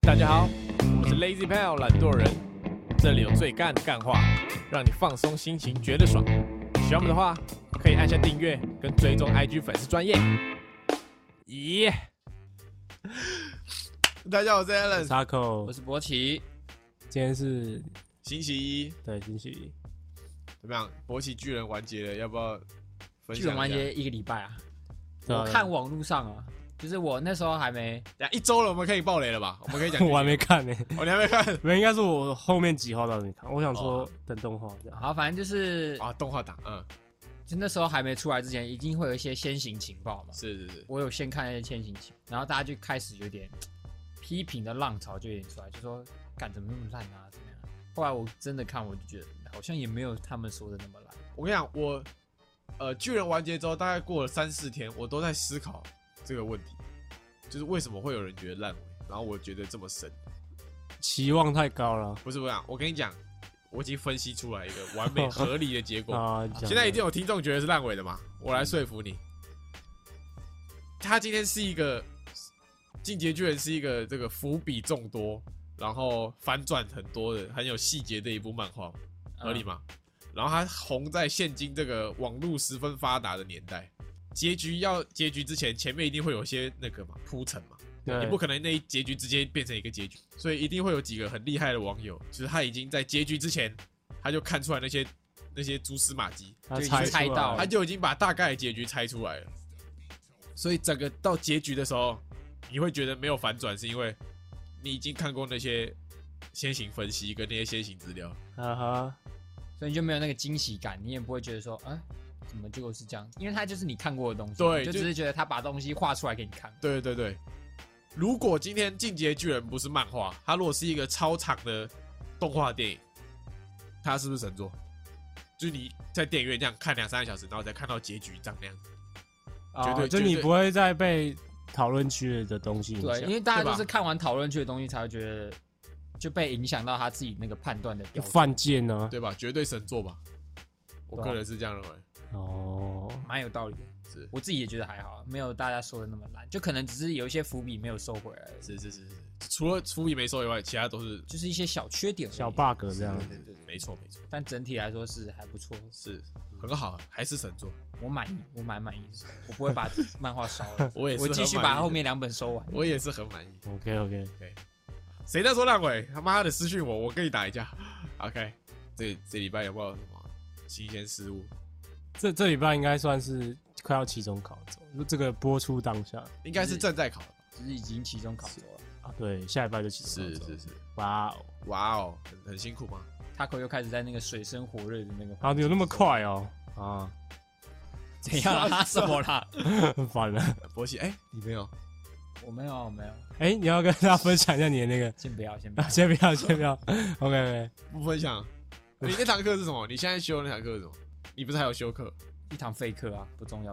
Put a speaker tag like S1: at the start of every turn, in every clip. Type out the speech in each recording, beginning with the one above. S1: 大家好，
S2: 嗯
S1: 我是 Lazy Pal 懒惰人，这里有最干的干话，让你放松心情，觉得爽。喜欢我们的话，可以按下订阅跟追踪 IG 粉丝专业。咦、
S3: 大家好，我是 Alan。
S1: 沙口
S4: 我，是博奇，
S1: 今天是
S3: 星期一
S1: 对星期一，
S3: 怎么样？勃起巨人完结了，要不要分享？
S4: 剧本完，结一个礼拜啊，
S1: 对啊。
S4: 我看网络上啊，就是我那时候还没，
S3: 等一下一周了，我们可以爆雷了吧？我们可以 讲
S1: 我还没看呢、
S3: 哦，你还没看
S1: 没，应该是我后面几号到你看，我想说
S3: 哦
S1: 等动画这样。
S4: 好，反正就是
S3: 啊？动画档，嗯，
S4: 就那时候还没出来之前，一定会有一些先行情报嘛。
S3: 是是是，
S4: 我有先看那些先行情，然后大家就开始有点批评的浪潮就有点出来，就说干怎么那么烂啊，怎么样啊？后来我真的看，我就觉得好像也没有他们说的那么烂。
S3: 我跟你讲，我呃，巨人完结之后，大概过了三四天，我都在思考这个问题，就是为什么会有人觉得烂尾，然后我觉得这么深，
S2: 期望太高了
S3: 不是不是啊，我跟你讲，我已经分析出来一个 完美合理的
S1: 哦
S3: 结果。
S2: 啊！讲
S3: 现在已经有听众觉得是烂尾的嘛？我来说服你。他今天是一个《进阶巨人》是一个这个伏笔众多，然后反转很多的、很有细节的一部漫画，合理
S4: 嗯
S3: 吗？然后它红在现今这个网络十分发达的年代，结局要结局之前，前面一定会有些那个嘛铺陈嘛。
S2: 对
S3: 你不可能那一结局直接变成一个结局，所以一定会有几个很厉害的网友，就是他已经在结局之前，他就看出来那些那些蛛丝马迹，
S2: 他
S4: 就已
S2: 猜
S4: 经猜
S2: 出来
S4: 到
S2: 了
S3: 他就已经把大概的结局猜出来了。所以整个到结局的时候，你会觉得没有反转，是因为你已经看过那些先行分析跟那些先行资料。
S2: 啊哈，
S4: 所以你就没有那个惊喜感，你也不会觉得说，啊，怎么结果是这样？因为它就是你看过的东西，
S3: 对
S4: 你就
S3: 就
S4: 只是觉得他把东西画出来给你看。
S3: 对对对，如果今天《进阶巨人》不是漫画，它如果是一个超长的动画电影，它是不是神作？就是你在电影院这样看两三个小时，然后再看到结局长那样子。绝对
S2: 哦就
S3: 绝对
S2: 你不会再被讨论区的东西影
S4: 对，因
S2: 响，
S4: 为大
S3: 对吧
S4: 家就是看完讨论区的东西，才会觉得就被影响到他自己那个判断的标准。
S2: 犯贱啊呢？
S3: 对吧？绝对神作吧，我
S4: 对啊
S3: 个人是这样认为。
S2: 哦，
S4: 蛮有道理的，
S3: 是
S4: 我自己也觉得还好，没有大家说的那么烂，就可能只是有一些伏笔没有收回来而已，
S3: 是是是是，除了初一没收以外，其他都是
S4: 就是一些小缺点而已，
S2: 小 bug 这样，
S3: 对对对，没错没错，
S4: 但整体来说是还不错，
S3: 是很好，啊还是神作。
S4: 我满意，我蛮满意的，我不会 把漫画烧了，
S3: 我也是
S4: 我继
S3: 很
S4: 续
S3: 满意
S4: 把
S3: 的
S4: 后面两本收完。
S3: 我也是很满意。
S2: OK OK，
S3: 谁在说烂尾？他妈的私讯我，我跟你打一架。OK，这这礼拜有没有什么新鲜事物？
S2: 这这礼拜应该算是快要期中考了，就这个播出当下
S3: 应该是正在考吧。
S4: 就是已经期中考走了
S2: 啊，对，下礼拜就期中考了，
S3: 是，
S2: 哇哦，
S3: 哇哦，很很辛苦吗？
S4: ，Taco 又开始在那个水深火热的那个
S2: 啊，
S4: 环境中，
S2: 有那么快哦，啊，
S4: 怎样啊？什么啦？
S2: 很烦了，
S3: 博喜，哎、你没有？
S4: 我没有，我没有，
S2: 哎，你要跟大家分享一下你的那个，
S4: 先不要，先不要
S2: 啊，。先不要，先不要，OK OK，
S3: 不分 享？你那堂课是什么？你现在修的那堂课是什么？你不是还有修课？
S4: 一堂废课啊，不 重要，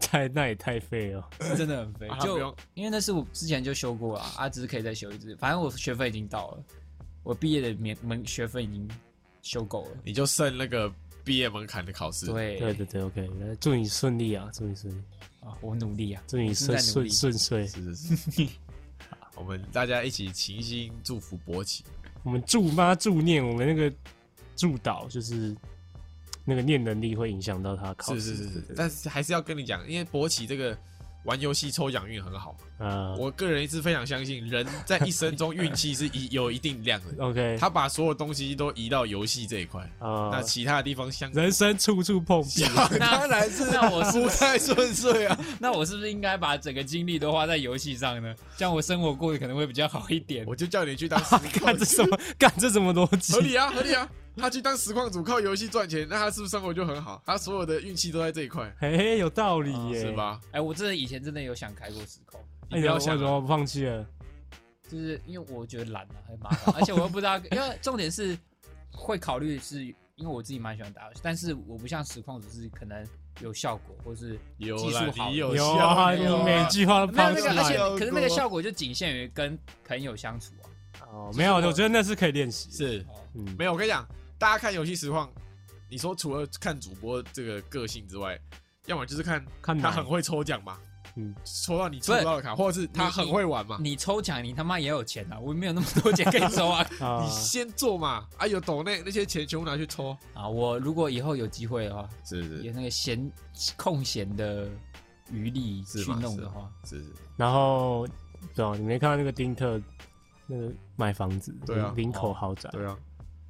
S2: 太那也太废了，
S4: 真的很废
S3: 啊。不
S4: 就
S3: 用
S4: 因为那是我之前就修过了，啊，只是可以再修一次。反正我学分已经到了，我毕业的免门学分已经修够了。
S3: 你就剩那个毕业门槛的考试。，
S4: 对
S2: 对对对，OK，祝你顺利啊，祝你顺利。
S4: 啊，我努力啊，
S2: 祝你
S4: 正
S2: 顺
S4: 在努
S2: 顺
S4: 力。
S2: 顺遂，
S3: 是是是。 我们大家一起齐心祝福博起。
S2: 我们助妈助念，我们那个助导就是那个念能力会影响到他考
S3: 是
S2: 试。
S3: 是是是
S2: 对，对
S3: 但是还是要跟你讲，因为博起这个玩游戏抽奖运很好，
S2: 呃
S3: 我个人是非常相信人在一生中运气是一有一定量 的。
S2: ，OK，
S3: 他把所有东西都移到游戏这一块，那
S2: 呃，
S3: 其他的地方相
S2: 人生处处碰壁，
S3: 当然是
S4: 那我是
S3: 不太顺遂啊。
S4: 那我是不是应该把整个精力都花在游戏上呢？这样我生活过得可能会比较好一点。
S3: 我就叫你去当实 况
S2: 干这什么干这什么逻
S3: 合
S2: 辑？
S3: 理啊，合理啊。他去当实况主靠游戏赚钱，那他是不是生活就很好？他所有的运气都在这一块，
S2: 嘿嘿，有道理耶，
S3: 是？吧？
S4: 哎、我真的以前真的有想开过时空，
S2: 哎，
S3: 你不要
S2: 为什
S3: 想啊
S2: 么放弃了？
S4: 就是因为我觉得懒啊，很麻烦，而且我又不知道，因为重点是会考虑是因为我自己蛮喜欢打游戏，但是我不像实况组是可能有效果或是
S3: 有
S4: 技
S3: 啦
S4: 术，好
S3: 你有啊
S2: 有
S3: 效
S2: 啊，你
S3: 有啊
S2: 每句话都
S4: 没有
S2: 抛
S4: 那
S2: 出
S4: 个，
S3: 来
S4: 而且
S2: 来。
S3: 效果
S4: 可是那个效果就仅限于跟朋友相处啊。
S2: 哦，没有，我觉得那是可以练习。，
S3: 是
S4: 哦，
S2: 嗯，
S3: 没有。我跟你讲，大家看游戏实况，你说除了看主播这个个性之外，要么就是看
S2: 看
S3: 他
S2: 哪
S3: 很会抽奖嘛，
S2: 嗯
S3: 抽到你抽不到的卡，或者是他很会玩嘛，
S4: 哦你抽奖你他妈也有钱啊，我没有那么多钱可以抽 啊。
S2: 啊
S3: 你先做嘛，啊有抖那那些钱全部拿去抽，
S4: 啊，我如果以后有机会的话，
S3: 是是
S4: 有那个闲空闲的余力
S3: 是
S4: 去
S3: 吗
S4: 弄
S3: 是
S4: 的
S3: 吗
S4: 话，
S3: 是是，
S2: 然后不知道你没看到那个丁特那个卖房子，
S3: 对啊
S2: 林林口豪宅，
S3: 对啊，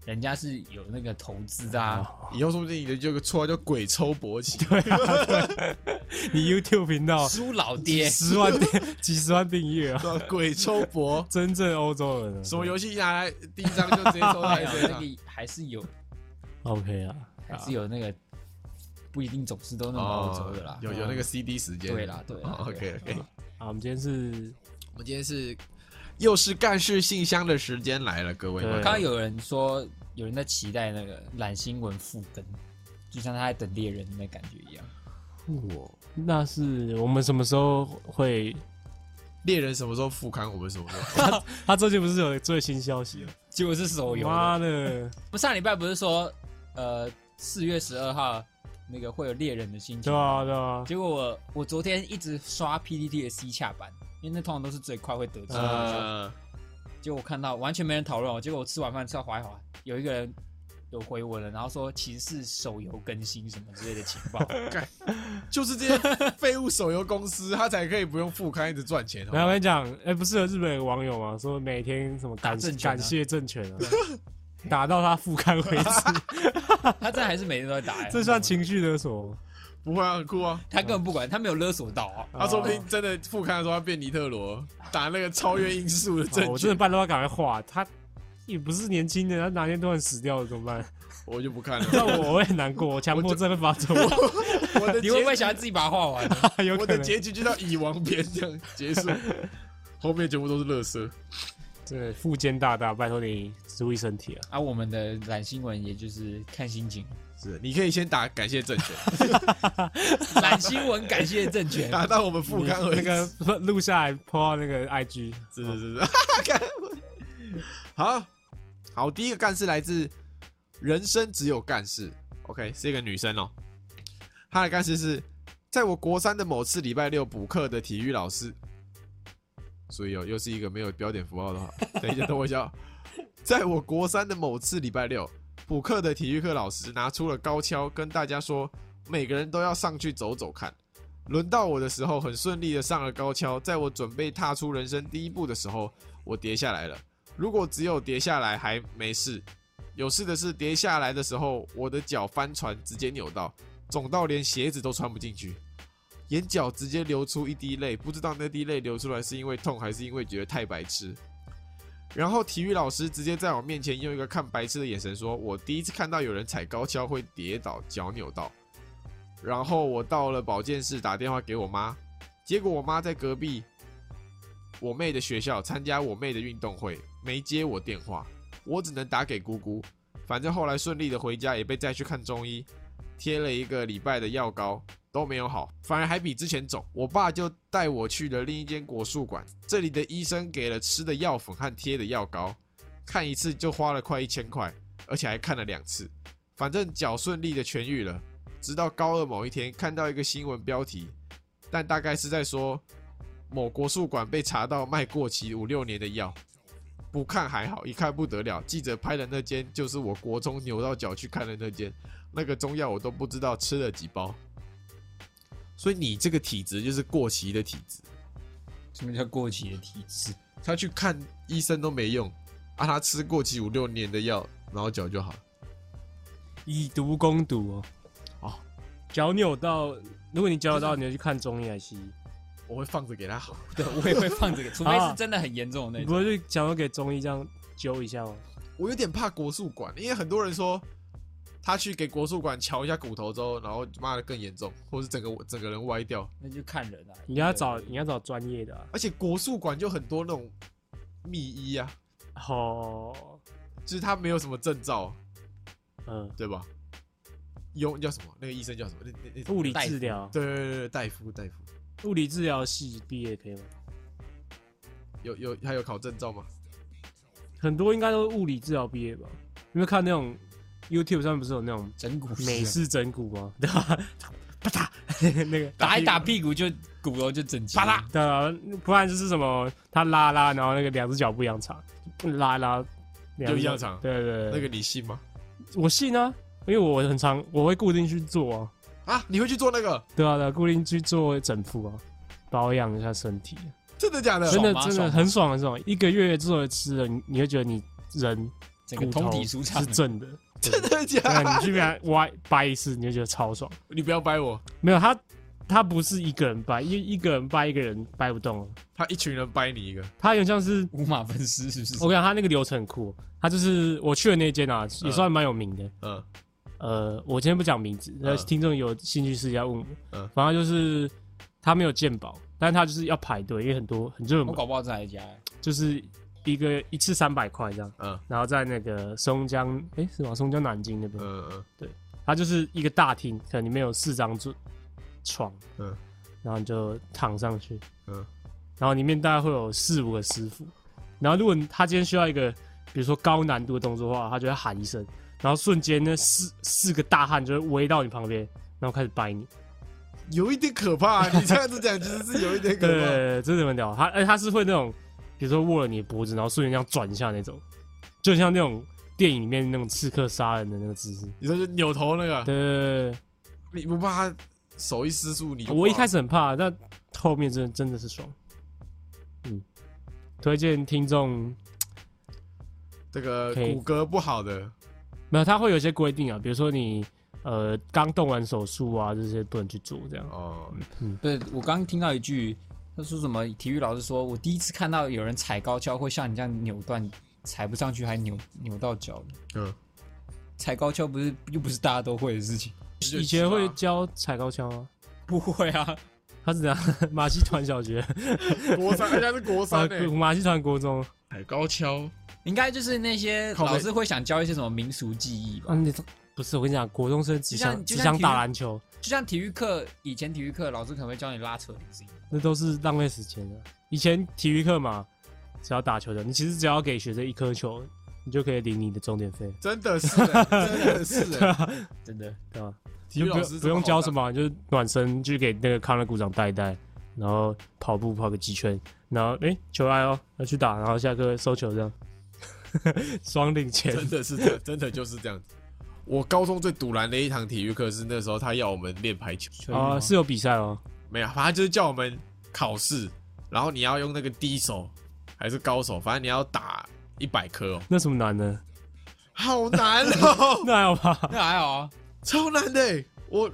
S4: 人家是有那个投资的啊。
S2: 哦
S3: 以后说不定你的就有个绰号叫鬼抽勃起，
S2: 你 YouTube 频
S3: 哦
S2: 道
S4: 苏老爹，
S2: 十万订 几十万订阅啊，
S3: 对吧鬼抽勃，
S2: 真正欧洲人啊
S3: 什么游戏一拿来第一张就直接抽到
S4: 哎
S3: 一
S4: 呀
S3: 堆
S4: 那
S3: 卡，
S4: 个还是有，
S2: ？OK 啊，
S4: 还是有那个，不一定总是都那么好抽的啦。嗯
S3: 有有那个 CD 时间，
S4: 对啦对啦对
S3: ，OK OK，
S2: 好，啊我们今天是
S3: 我们今天是又是干事信箱的时间来了，各位
S2: 对
S3: 们，
S4: 刚刚有人说，有人在期待那个懒新闻复更，就像他在等猎人的感觉一样。
S3: 我
S2: 那是我们什么时候会？
S3: 猎人什么时候复刊，我们什么时候？
S2: 他最近不是有最新消息了？
S4: 结果是手游的，
S2: 妈的，
S4: 不上礼拜不是说，呃，四月十二号那个会有猎人的新情
S2: 对
S4: 吗
S2: 啊对啊，
S4: 结果我我昨天一直刷 PPT 的 C 洽版，因为那通常都是最快会得知的。
S3: 呃，
S4: 结果我看到完全没人讨论哦，结果我吃完饭吃到滑一滑，有一个人有回我了，然后说其实是手游更新什么之类的情 报。
S3: 就是这些废物手游公司，他才可以不用复刊一直赚钱。好不
S2: 然
S3: 好
S2: 后我跟你讲，哎、不是有日本有网友嘛，说每天什么感
S4: 打政权啊
S2: 感谢政权 啊，打到他复刊 为止，
S4: 他这还是每天都在打、欸，
S2: 这算情绪勒索吗？
S3: 不会啊，很酷啊。
S4: 他根本不管，他没有勒索到
S2: 嗯
S4: 啊。
S3: 他说不定真的复刊的时候，他变尼特罗，打那个超越音速的
S2: 哦
S3: 证
S2: 我真的
S3: 据，
S2: 拜托他赶快画，他也不是年轻的，他哪天突然死掉了怎么 办？
S3: 我就不看了。
S2: 那我我会难过，我强迫症会发作，
S3: 我 的
S4: 你会不会
S3: 结
S4: 想要自己把它画 完？
S2: 啊有
S3: 我
S2: 可
S3: 的
S2: 能。
S3: 结局就到蚁王篇这样结 束，后面全部都是乐色。
S2: 对，富坚大大，拜托你注意身体啊！
S4: 啊，我们的懒新闻也就是看心情，
S3: 是，你可以先打感谢政权，
S4: 懒新闻感谢政 权。
S3: 打到我们复刊为
S2: 那
S3: 止。
S2: 个录下来抛到那个 IG，
S3: 是是是是，干 好好，第一个干事来自人生只有干事，OK，是一个女生哦。她的干事是在我国三的某次礼拜六补课的体育老师，所以哦，又是一个没有标点符号的话，等一下，等我一下哦。在我国三的某次礼拜六补课的体育课老师拿出了高跷，跟大家说每个人都要上去走走看。轮到我的时候，很顺利的上了高跷。在我准备踏出人生第一步的时候，我跌下来了。如果只有跌下来还没事，有事的是跌下来的时候，我的脚翻船，直接扭到，肿到连鞋子都穿不进去，眼角直接流出一滴泪，不知道那滴泪流出来是因为痛还是因为觉得太白痴。然后体育老师直接在我面前用一个看白痴的眼神说：“我第一次看到有人踩高跷会跌倒，脚扭到。”然后我到了保健室打电话给我妈，结果我妈在隔壁我妹的学校参加我妹的运动会，没接我电话，我只能打给姑姑。反正后来顺利的回家，也被带去看中医，贴了一个礼拜的药膏都没有好，反而还比之前肿。我爸就带我去了另一间果树馆，这里的医生给了吃的药粉和贴的药膏，看一次就花了快一千块，而且还看了两次。反正脚顺利的痊愈了。直到高二某一天看到一个新闻标题，但大概是在说某国术馆被查到卖过期五六年的药。不看还好，一看不得了。记者拍的那间就是我国中扭到脚去看的那间，那个中药我都不知道吃了几包。所以你这个体质就是过期的体质，
S4: 什么叫过期的体质？
S3: 他去看医生都没用，啊，他吃过期五六年的药，然后脚就好了。
S2: 以毒攻毒哦。
S3: 哦，
S2: 脚扭到，如果你脚扭到，你就去看中医还是西医？
S3: 我会放着给他好。
S4: 对，我也会放这 个，除非是真的很严重的
S3: 哎
S2: 你
S4: 那
S2: 不
S4: 种。
S2: 会去脚扭给中医这样揪一下吗？
S3: 我有点怕国术馆，因为很多人说他去给国术馆瞧一下骨头之后，然后妈的更严重，或是整个整个人歪掉。
S4: 那就看人啊。
S2: 你要找你要找专业的啊。
S3: 而且国术馆就很多那种秘医啊，
S2: 哦，
S3: 就是他没有什么证照，
S2: 嗯，
S3: 对吧？有叫什么？那个医生叫什么？那那那
S2: 物理治疗，
S3: 对对对对，大夫大夫
S2: 物理治疗系毕业可以吗？
S3: 有有他有考证照吗？
S2: 很多应该都是物理治疗毕业吧？有没有看那种 YouTube 上面不是有那种
S4: 整蛊师啊
S2: 美式整蛊吗？对吧？啪嗒， 那个
S4: 打一打屁股就骨头就整齐了，
S3: 啪啦
S2: 对啊，不然就是什么他拉拉，然后那个两只脚不一样长，拉拉两
S3: 就
S2: 只
S3: 一
S2: 脚
S3: 样长
S2: 对对对，
S3: 那个你信吗？
S2: 我信啊，因为我很常我会固定去做啊，
S3: 啊，你会去做那个？
S2: 对啊对啊，固定去做整复啊，保养一下身体，
S3: 真的假的？
S2: 真的
S4: 爽吗
S2: 真的
S4: 爽吗
S2: 很爽很爽，一个月之后吃了，你你会觉得你人
S4: 整个
S2: 骨
S4: 通
S2: 头
S4: 体舒畅
S2: 是。正 的，
S3: 真的假
S2: 对啊，
S3: 的？
S2: 你去给他挖掰一次，你就觉得超爽。
S3: 你不要掰我，
S2: 没有他，他不是一个人掰，一一个人掰一个人掰不动，
S3: 他一群人掰你一个。
S2: 他有点像是
S4: 五马分尸是不是？
S2: 我跟你讲，他那个流程很酷，他就是我去的那间啊，也算蛮有名的。
S3: 嗯，
S2: 呃，我今天不讲名字，那
S3: 嗯
S2: 听众有兴趣私底下问我。
S3: 嗯
S2: 反正就是他没有鉴宝，但他就是要排队，因为很多很热
S4: 我
S2: 门，
S4: 搞不好在家欸，
S2: 就是一个一次三百块这样。
S3: 嗯
S2: 然后在那个松江，诶，是吗？松江南京那边，
S3: 嗯嗯
S2: 它就是一个大厅，可能里面有四张桌床，
S3: 嗯
S2: 然后你就躺上去，
S3: 嗯
S2: 然后里面大概会有四五个师傅，然后如果他今天需要一个，比如说高难度的动作的话，他就会喊一声，然后瞬间那四四个大汉就会围到你旁边，然后开始掰你。
S3: 嗯，有一点可怕。你这样子讲，其实是有一点可
S2: 对 对
S3: 怕。
S2: 对，真的很屌。他而且他是会那种，比如说握了你的脖子，然后瞬间这样转一下那种，就像那种电影里面那种刺客杀人的那个姿势。
S3: 你说就扭头那个，
S2: 对对对
S3: 你不怕他手一失速，你
S2: 对，我一开
S3: 始
S2: 始很怕，但后面真的真的是爽。嗯，推荐听众
S3: 这个
S2: 可以
S3: 骨骼不好的，
S2: 没有，他会有一些规定啊，比如说你呃刚动完手术啊，这些不能去做这样。
S3: 哦，
S4: 不是，我刚听到一句，他说什么？体育老师说，我第一次看到有人踩高跷会像你这样扭断，踩不上去还扭扭到脚的。
S3: 嗯，
S4: 踩高跷不是又不是大家都会的事情。
S2: 以
S4: 啊
S2: 前会教踩高跷啊，
S4: 不会 啊，
S2: 他是怎样？马戏团小 学，
S3: 国三，人家是国
S2: 啊
S3: 三欸呢，
S2: 马戏团国中，
S3: 踩哎高跷，
S4: 应该就是那些
S3: 靠背
S4: 老师会想教一些什么民俗技艺
S2: 啊，。
S4: 吧
S2: 你不是我跟你讲，国中生只
S4: 就像
S2: 想只
S4: 就像
S2: 想
S4: 体育
S2: 打篮球，
S4: 就像体育课，以前体育课老师可能会教你拉扯铃是一样的
S2: 那都是浪费时间的。以前体育课嘛，只要打球的，你其实只要给学生一颗球，你就可以领你的钟点费，
S3: 真的是欸，真的是 欸，
S4: 真的。
S2: 对吧？
S3: 体育
S2: 就不
S3: 老
S2: 用
S3: 师
S2: 不用教什
S3: 么
S2: 么，就是暖身，去给那个康乐鼓掌带一带，然后跑步跑个几圈，然后诶球来哦，要去打，然后下课收球这样， 双领
S3: 好
S2: 钱
S3: 打，真的是这，真的就是这样子。我高中最堵然的一堂体育课是那时候他要我们练排球，
S4: 所以
S2: 啊、
S4: 嘛
S2: 是有比赛哦，
S3: 没有，反正就是叫我们考试，然后你要用那个低手还是高手，反正你要打一百颗哦，
S2: 那什么难呢？
S3: 好难哦，
S2: 那还好吧，
S4: 那还好啊，
S3: 超难的欸，我我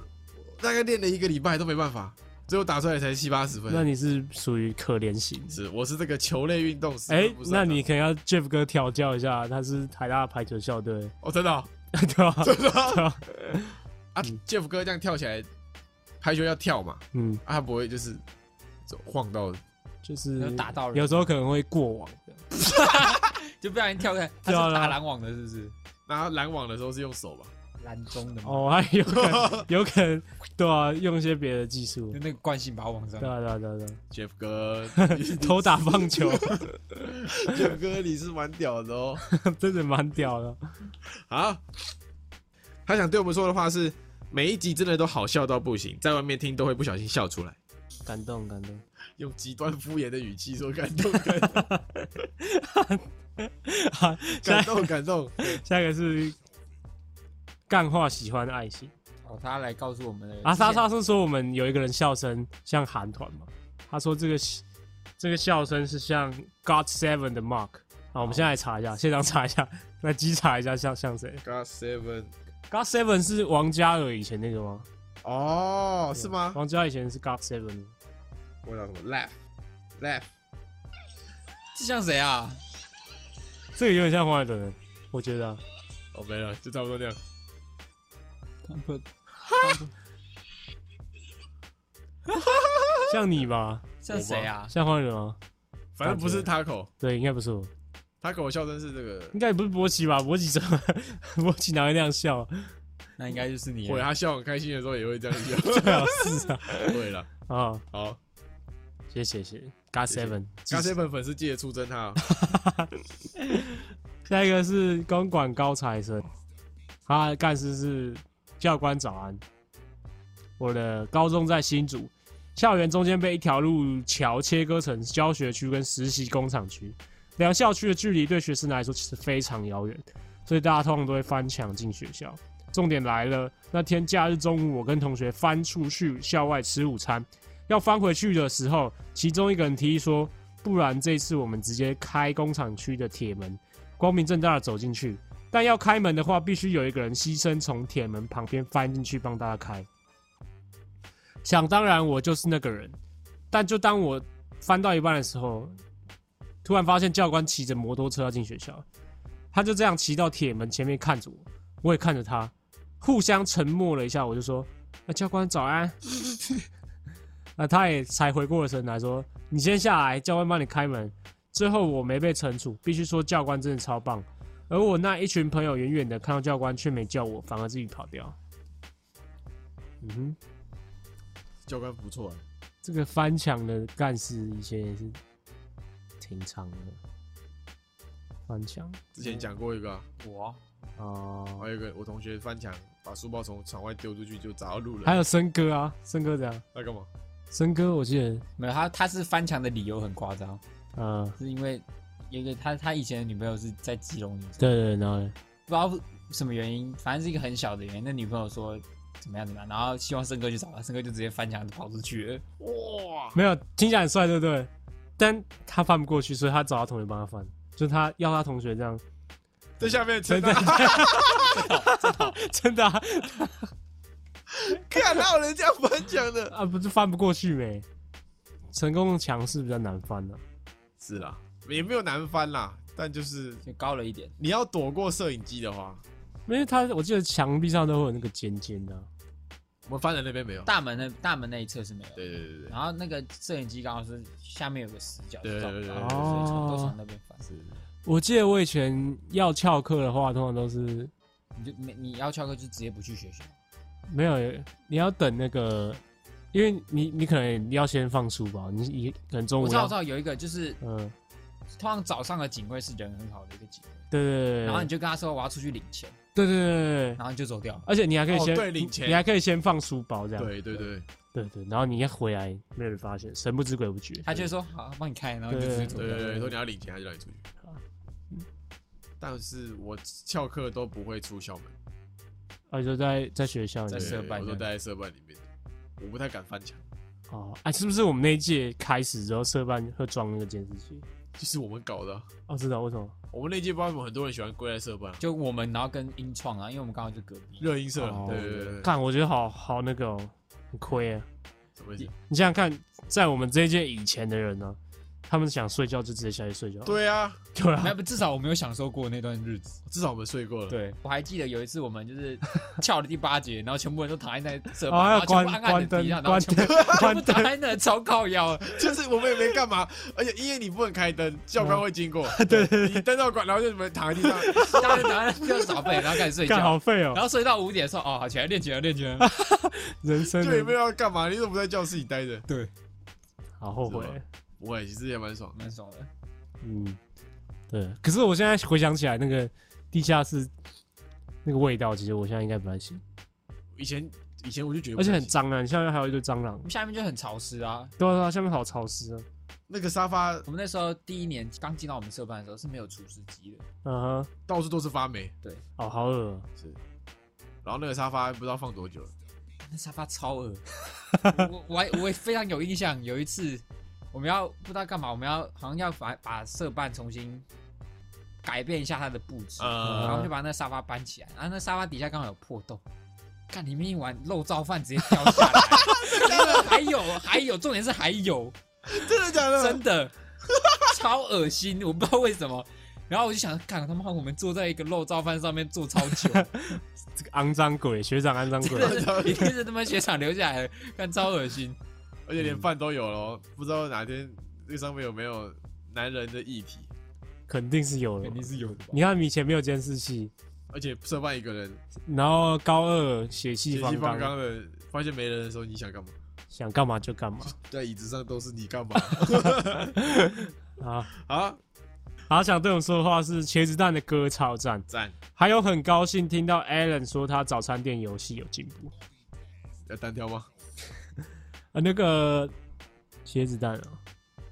S3: 大概练了一个礼拜都没办法，最后打出来才七八十
S2: 那
S3: 分。
S2: 你是属于可怜型。
S3: 是，我是这个球类运动十
S2: 哎、
S3: 分不啊哦擅
S2: 那
S3: 长
S2: 你可能要 Jeff 哥调教一下，他是台大排球校队，
S3: 哦，真的哦
S2: 对吧？
S3: 啊，Jeff 哥这样跳起来，排球要跳嘛，
S2: 嗯，
S3: 啊，他不会就是晃到
S2: 就是
S4: 有打到人
S2: 有时候可能会过网的。
S4: 就不小心跳 开，他
S2: 对啊
S4: 是打篮网的，是不是？
S3: 然后拦网的时候是用手吧？
S4: 篮中的嘛，
S2: 哦，还有可 能有可能对啊，用一些别的技术
S4: 就，那个惯性把它往上
S2: 对。啊对啊对啊对啊，
S3: Jeff 哥
S2: 偷打棒球
S3: ，Jeff 哥你是蛮屌的哦。
S2: 真的蛮屌的。
S3: 好，他想对我们说的话是：每一集真的都好笑到不行，在外面听都会不小心笑出来。
S2: 感动感动，
S3: 用极端敷衍的语气说感动感动
S2: 好，
S3: 感
S2: 下
S3: 动感动，
S2: 下一个是干话喜欢的爱心
S4: 哦，他来告诉我们的
S2: 啊，他他是说我们有一个人笑声像韩团嘛，他说这个这个笑声是像 God Seven 的 Mark 啊，我们现在来查一下，现场查一下，来机查一下像像谁
S3: God Seven
S2: ？God Seven 是王嘉尔以前那个吗？
S3: 哦，是吗？
S2: 王嘉尔以前是 God Seven。
S3: 我想什么 Laugh Laugh
S4: 这像谁啊？
S2: 这个有点像黄海豚欸，我觉得啊、
S3: 哦没了，就差不多这样。
S2: 像你吧，
S4: 像谁啊？
S2: 像黄海豚吗？
S3: 反正不是 Taco。
S2: 对，应该不是我，
S3: Taco 的笑声是这个，
S2: 应该也不是波奇吧？波奇怎么？ 波奇哪会那样笑？啊
S4: 那应该就是你了。
S3: 会他笑很开心的时候也会这样笑。
S2: 最好 是啊，
S3: 对了，
S2: 啊，
S3: 好
S2: 谢谢谢谢，God
S3: 谢谢
S2: Seven。
S3: ，God Seven 粉丝记得出征他哦。
S2: 下一个是公馆高材生，他的干事是教官早安，我的高中在新竹，校园中间被一条路桥切割成教学区跟实习工厂区，两校区的距离对学生来说其实非常遥远，所以大家通常都会翻墙进学校。重点来了，那天假日中午，我跟同学翻出去校外吃午餐，要翻回去的时候，其中一个人提议说，不然这次我们直接开工厂区的铁门，光明正大的走进去。但要开门的话，必须有一个人牺牲从铁门旁边翻进去帮大家开。想当然，我就是那个人。但就当我翻到一半的时候，突然发现教官骑着摩托车要进学校，他就这样骑到铁门前面看着我，我也看着他，互相沉默了一下，我就说：“那、教官早安。”那他也才回过神来说：“你先下来，教官帮你开门。”最后我没被惩处，必须说教官真的超棒。而我那一群朋友远远的看到教官，却没叫我，反而自己跑掉。嗯哼，
S3: 教官不错、欸，
S2: 这个翻墙的干事以前也是挺长的，翻墙
S3: 之前讲过一个、啊，
S4: 我啊
S2: 哦，
S3: 还有一个我同学翻墙把书包从窗外丢出去就砸到路人，
S2: 还有森哥啊，森哥怎样？
S3: 那干嘛？
S2: 森哥我记得，
S4: 没有他，他是翻墙的理由很夸张，
S2: 呃，
S4: 是因为有一个他他以前的女朋友是在基隆女生，
S2: 对对，对然后呢
S4: 不知道什么原因，反正是一个很小的原因。那女朋友说怎么样怎么样，然后希望森哥去找他，森哥就直接翻墙跑出去了。
S3: 哇，
S2: 没有听起来很帅，对不对？但他翻不过去，所以他找他同学帮他翻，就是他要他同学这样，
S3: 在下面啊真的
S2: 真，真的啊，
S3: 看到人家翻墙的，
S2: 啊不是翻不过去没？成功的强势比较难翻啊的、
S3: 是啦，也没有难翻啦，但就是
S4: 就高了一点，
S3: 你要躲过摄影机的话，
S2: 因为他我记得墙壁上都会有那个尖尖的啊、
S3: 我们翻的那边没有。
S4: 大门那大门那一侧是没有的。
S3: 对对对对，
S4: 然后那个摄影机刚好是下面有个死角，
S3: 对
S4: 是照不
S3: 对
S4: 到
S3: 对对
S4: 的
S2: 对
S4: 所以
S2: 哦
S4: 从都从那边翻。
S3: 是
S2: 我记得我以前要翘课的话，通常都是
S4: 你就没你要翘课就直接不去学校，
S2: 没有，你要等那个，因为你你可能要先放书包，你你可能中
S4: 我
S2: 午
S4: 知道
S2: 要
S4: 我知，道有一个就是
S2: 嗯，
S4: 通常早上的警卫是人很好的一个警卫，
S2: 对对对对，
S4: 然后你就哦跟他说我要出去领钱，
S2: 对对对对对，
S4: 然后你就走掉了。
S2: 而且你还可以
S3: 哦
S2: 先
S3: 对领钱
S2: 你还可以先放书包这样，
S3: 对对对
S2: 对对，然后你一回来，没有人发现，神不知鬼不觉，
S4: 他就说好，帮你开，然后你就直接走
S3: 对
S4: 掉
S3: 对
S4: 了。
S3: 对，说你要领钱，他就让你出去
S2: 好。
S3: 但是我翘课都不会出校门，
S2: 啊，就在在学校里
S4: 在
S2: 面
S3: 对
S4: 社办
S3: 我都
S4: 那里
S3: 待在社办里面，我不太敢翻墙。
S2: 哦，哎、是不是我们那一届开始之后，社办会装那个监视器？
S3: 就是我们搞的啊，
S2: 哦，知道为什么？
S3: 我们那届不知道为什么很多人喜欢跪在社办啊，
S4: 就我们，然后跟英创啊，因为我们刚好就隔壁，
S3: 热音社啊
S2: 哦，
S3: 对对对对，
S2: 看，我觉得好好那个、哦，很亏啊！
S3: 什么意思？
S2: 你想想看，在我们这一届以前的人呢、他们想睡觉就直接下去睡觉。
S3: 对啊，
S2: 对
S4: 没
S2: 啊，
S4: 有不至少我没有享受过那段日子。
S3: 至少我们睡过了。
S4: 对，我还记得有一次我们就是 翘了第八节，然后全部人都躺在那社
S2: 哦，还
S4: 办，然
S2: 要
S4: 后全
S2: 关
S4: 部暗暗
S2: 关
S4: 的
S2: 灯
S4: 底下，，然后
S2: 关
S4: 全
S2: 灯
S4: 部， 全部
S2: 关 灯。
S4: 躺在那超靠腰，
S3: 就是我们也没干嘛，而且因为你不能开灯，教官会经过，对，你灯照关，然后就你们躺在地上，
S4: 大家就躺在那就耍废，然后开始睡
S2: 干
S4: 觉。
S2: 好啊废
S4: 然
S2: 哦！
S4: 后睡到五点说哦，好起来练拳了，练拳了。
S2: 人生
S3: 就也没
S2: 的
S3: 有要干嘛，你怎么不在教室里待着？
S4: 对，
S2: 好后悔
S3: 是。吧我也其实也蛮爽的，
S4: 蛮爽的。
S2: 嗯，对。可是我现在回想起来，那个地下室那个味道，其实我现在应该不太行，
S3: 以前以前我就觉得不
S2: 而且很
S3: 行
S2: 脏啊！你下面还有一堆蟑螂
S4: 我。们下面就很潮湿啊。
S2: 对啊，对啊下面好潮湿啊。
S3: 那个沙发
S4: 我们那时候第一年刚进到我们社办的时候是没有除湿机的，
S2: 嗯哼，
S3: 到处都是发霉，
S2: 哦，好恶哦。
S3: 然后那个沙发不知道放多 久了，
S4: 那沙发超 恶。我我还我也非常有印象，有一次我们要不知道干嘛，我们要好像要把把社办重新改变一下它的布置，
S3: 呃
S4: 然后就把那沙发搬起来，然后那沙发底下刚好有破洞。看里面一碗肉燥饭直接掉下来， 还有还有，重点是还有，
S3: 真的假的？
S4: 真的超恶心，我不知道为什么。然后我就想，看他妈，我们坐在一个肉燥饭上面坐超久，
S2: 这个肮脏鬼，学长肮脏鬼。
S4: 真的是一定是他妈学长留下来的，看超恶心。
S3: 而且连饭都有了，哦不知道哪天那上面有没有男人的议题，
S2: 肯定是有的。
S4: 是有的吧
S2: 你看以前没有监视器，
S3: 而且社办一个人
S2: 然后高二血气
S3: 血气
S2: 方
S3: 方
S2: 刚，
S3: 刚的，发现没人的时候你想干嘛？
S2: 想干嘛就干嘛
S3: 在椅子上都是你干 嘛
S2: 啊！
S3: 啊？
S2: 好想对我们说的话是茄子蛋的歌超赞，
S3: 赞，
S2: 还有很高兴听到 Alan 说他早餐店游戏有进步。
S3: 要单挑吗？
S2: 啊，那个茄子蛋啊，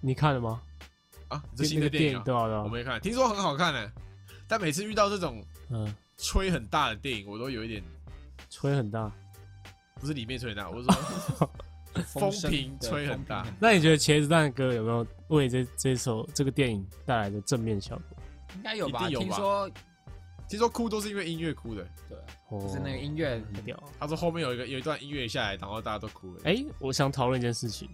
S2: 你看了吗？
S3: 啊，这新的电影、
S2: 那
S3: 啊
S2: 个对啊对
S3: 我
S2: 啊，
S3: 没看，听说很好看呢、但每次遇到这种
S2: 嗯，
S3: 吹很大的电影，我都有一点
S2: 吹很大。
S3: 不是里面吹很大，我是说风
S4: 声
S3: 评
S4: 对
S3: 吹很
S4: 风评
S3: 大
S2: 那你觉得茄子蛋的歌有没有为这这首这个电影带来的正面效果？
S4: 应该有
S3: 一
S4: 吧？
S3: 定有吧
S4: 听说
S3: 听说哭都是因为音乐哭的。
S4: 对啊，
S2: 哦，
S4: 就是那个音乐
S2: 很屌。啊
S3: 他说后面有一个有一段音乐下来，然后大家都哭了。
S2: 哎、我想讨论一件事情，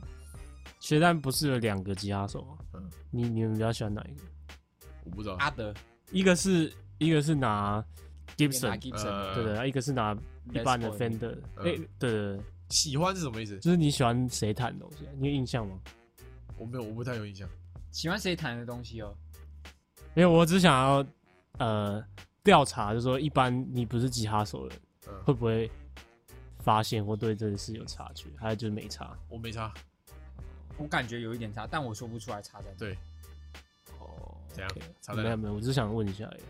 S2: 茄子蛋不是有两个吉他手吗？
S3: 嗯
S2: 你你们比较喜欢哪一个？
S3: 我不知道，
S4: 阿德
S2: 一个是一个是拿 Gibson，
S3: 呃
S2: 对的，一个是拿一般的
S4: Les Paul
S2: Fender，哎、
S3: 嗯
S2: 对对对，
S3: 喜欢是什么意思？
S2: 就是你喜欢谁弹的东西啊？你有印象吗？
S3: 我没有，我不太有印象。
S4: 喜欢谁弹的东西哦？
S2: 没有，我只想要呃调查，就是说一般你不是吉他手的人，
S3: 嗯，
S2: 会不会发现或对这件事有察觉，还有就是没察？
S3: 我没差。
S4: 我感觉有一点差，但我说不出来差在哪。
S3: 对，
S2: 哦，
S3: 怎样差在
S2: 没
S3: 哪
S2: 有没有，我只是想问一下而已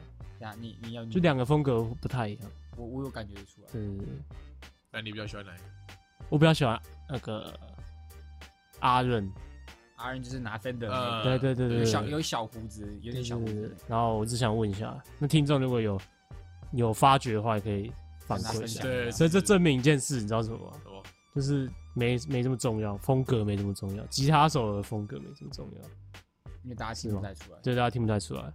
S2: 啊，
S4: 呀，你你要
S2: 就两个风格不太一样。
S4: 我我有感觉得出来。
S2: 对对对，
S3: 那你比较喜欢哪一个？
S2: 我比较喜欢那个阿润，
S4: 阿仁就是拿 Fender，
S3: 呃
S4: 的
S2: 对对对对
S4: 那个有
S2: 对，
S4: 小
S2: 对
S4: 有小胡子，有点小胡
S2: 对对
S4: 子
S2: 对。然后我只想问一下，那听众如果有有发觉的话，也可以反
S4: 跟他
S2: 馈一
S4: 分
S2: 下。
S4: 享
S3: 对
S2: 所以这证明一件事，你知道什么吗？
S3: 什么？
S2: 就是没没这么重要，风格没这么重要，吉他手的风格没这么重要，
S4: 因为大家听不太出来。
S2: 对大家听不太出来，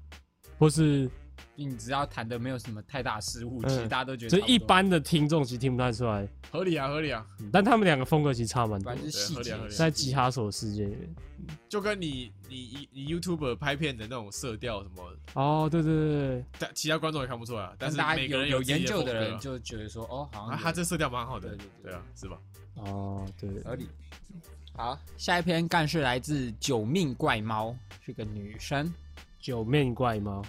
S2: 或是
S4: 你只要弹的没有什么太大失误，
S2: 嗯
S4: 其实大家都觉得
S2: 就是
S4: 差不多
S2: 一，般的听众其实听不太出来，
S3: 合理啊，合理啊，
S2: 嗯但他们两个风格其实差蛮多
S4: 反
S2: 的
S4: 正，就是细
S3: 对
S4: 节
S3: 合理合。理
S2: 在吉他手的世界里面。
S3: 就跟你你你 YouTube 拍片的那种色调什么，
S2: 哦，对对对对，
S3: 但其他观众也看不出来啊。但
S4: 但
S3: 是
S4: 大家
S3: 每个
S4: 有
S3: 人
S4: 有
S3: 自己
S4: 研究
S3: 的
S4: 的
S3: 风格啊
S4: 人就觉得说，哦，好
S3: 啊，
S4: 像
S3: 他这色调蛮好的
S4: 对对，
S3: 对
S4: 对
S3: 啊，是吧？
S2: 哦对对
S4: 合
S2: 对，
S4: 理。好，下一篇干是来自九命怪猫，是个女生。
S2: 九面怪猫，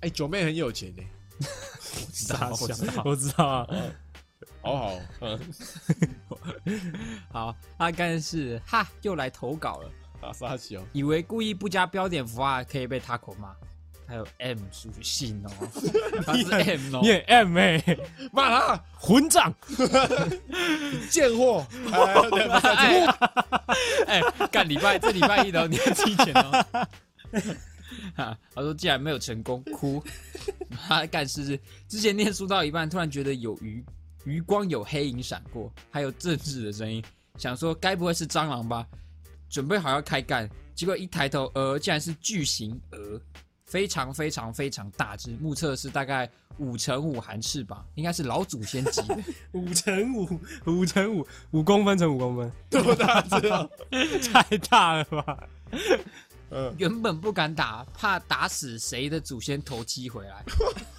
S3: 哎，九妹很有钱呢，
S2: 傻
S3: 我知
S2: 笑，我知道啊，
S3: 好好，
S4: 好，那干是哈，又来投稿了，
S3: 打沙琪哦，
S4: 以为故意不加标点符号可以被他口骂。还有 M 属性哦，他是 M 哦
S2: 你，很 M 哎，
S3: 骂他
S2: 混账！
S3: 贱货，哎对不是
S4: 哎，哎，干礼拜这礼拜一的哦你要记钱 哦。啊他说：“既然没有成功，哭。他干事是之前念书到一半，突然觉得有余余光有黑影闪过，还有政治的声音，想说该不会是蟑螂吧？准备好要开干，结果一抬头，鹅竟然是巨型鹅，非常非常非常大只，目测是大概五乘五含翅膀，应该是老祖先级的。
S2: 五乘五，五乘五，五公分乘五公分，
S3: 多大只哦？
S2: 太大了吧？
S4: 原本不敢打，怕打死谁的祖先头七回 来，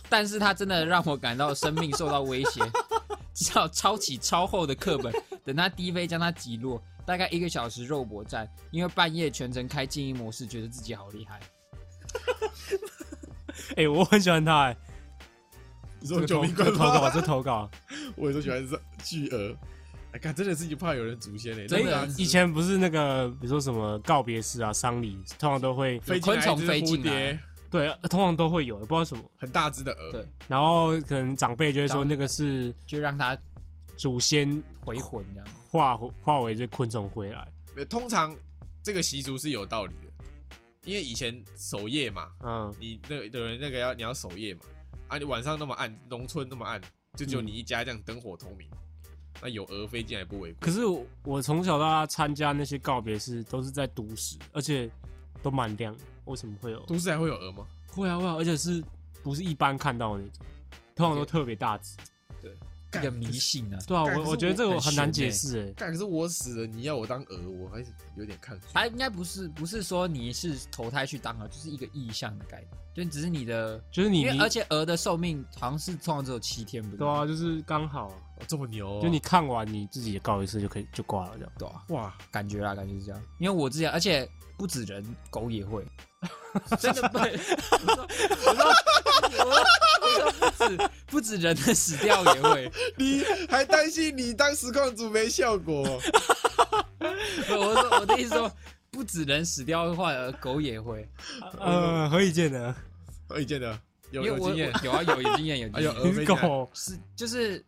S4: 但是他真的让我感到生命受到威胁， 只好抄起超厚的课本，等他低飞将他击落。大概一个小时肉搏战，因为半夜全程开静音模式，觉得自己好厉害。
S2: 哎、我很喜欢他、哎，
S3: 你
S2: 这
S3: 说
S2: 个
S3: 九
S2: 投
S3: 命
S2: 这个
S3: 怪
S2: 投稿，
S3: 吗？
S2: 这投稿，
S3: 我也都喜欢是巨鹅。哎，看真的是一怕有人祖先欸嘞，
S4: 真的啊
S3: 那个
S2: 哎以前不是那个，比如说什么告别式啊、丧礼，通常都会
S3: 飞进来一只
S4: 昆虫飞
S3: 蝴
S4: 进来啊
S3: 蝶，
S2: 对，通常都会有，不知道什么。
S3: 很大只的鹅
S4: 对，
S2: 然后可能长辈就会说
S4: 长
S2: 那个是
S4: 就让他
S2: 祖先
S4: 回魂这样。
S2: 化化为这昆虫回来，
S3: 呃通常这个习俗是有道理的，因为以前守夜嘛，
S2: 嗯，
S3: 你那有人那个要你要守夜嘛，啊，你晚上那么暗，农村那么暗，就只有你一家这样灯火通明，那有鹅飞进来不为过。
S2: 可是我我从小到大参加那些告别式都是在都市，而且都蛮亮的，为什么会有？
S3: 都市还会有鹅吗？
S2: 会啊会啊，而且是不是一般看到的那种，通常都
S4: 而且
S2: 特别大只。
S4: 这个迷信啊，
S2: 对啊，
S3: 干可
S2: 我
S3: 是
S2: 我觉得
S3: 我
S2: 这个
S4: 很
S2: 很难
S4: 悬
S2: 解
S4: 欸
S2: 释哎、
S3: 干，可是我死了，你要我当鹅，我还是有点抗拒。
S4: 他应该不是不是说你是投胎去当鹅，啊就是一个意向的概念，就只是你的，
S2: 就是你
S4: 因为
S2: 你
S4: 而且鹅的寿命好像是通常只有七天，不是
S2: 对
S4: 吗？
S2: 啊，就是刚好啊、
S3: 哦这么牛哦、
S2: 就你看完你自己的告一次就可以就挂了这样。
S4: 对啊，
S3: 哇，
S4: 感觉啦，感觉是这样。因为我之前，而且不止人，狗 也会，真的不，我说我说我说不止不止人的死掉也会，
S3: 你还担心你当实况组没效果？
S4: 不我说我的意思说，不止人死掉的话，呃狗也会，
S2: 呃，何以见得？
S3: 有意见的，有
S4: 因为
S3: 有
S4: 我
S3: 经验。
S4: 我有啊有有经验有
S3: 哎
S4: 经
S3: 呦
S4: 验，
S3: 鹅
S2: 你是
S3: 飞进来
S2: 狗
S4: 是就是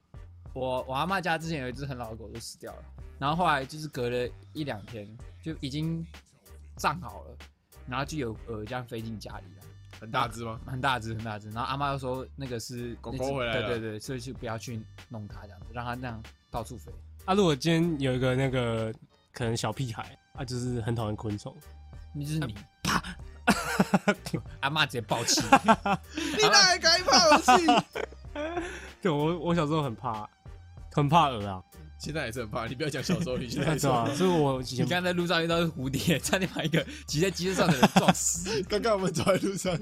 S4: 我我阿妈家之前有一只很老的狗就死掉了，然后后来就是隔了一两天就已经葬好了，然后就有鹅这样飞进家里了。
S3: 很大只 吗？
S4: 很大只，很大只。然后阿妈又说那个是
S3: 狗
S4: 那
S3: 狗
S4: 只
S3: 回来了
S4: 对对对，所以就不要去弄它这样子，让它那样到处飞。
S2: 啊，如果今天有一个那个可能小屁孩啊，就是很讨厌昆虫，
S4: 那就是 你啪，阿妈直接暴气。
S3: 你哪还敢怕游戏？
S2: 对我我小时候很怕，很怕鹅啊，
S3: 现在也是很怕，你不要讲小时候，你现在也
S2: 对
S3: 是。
S2: 啊，所以我以
S4: 你
S2: 前
S4: 刚才在路上遇到是蝴蝶，差点把一个骑在机车上的人撞 死。
S3: 刚刚我们走在路上，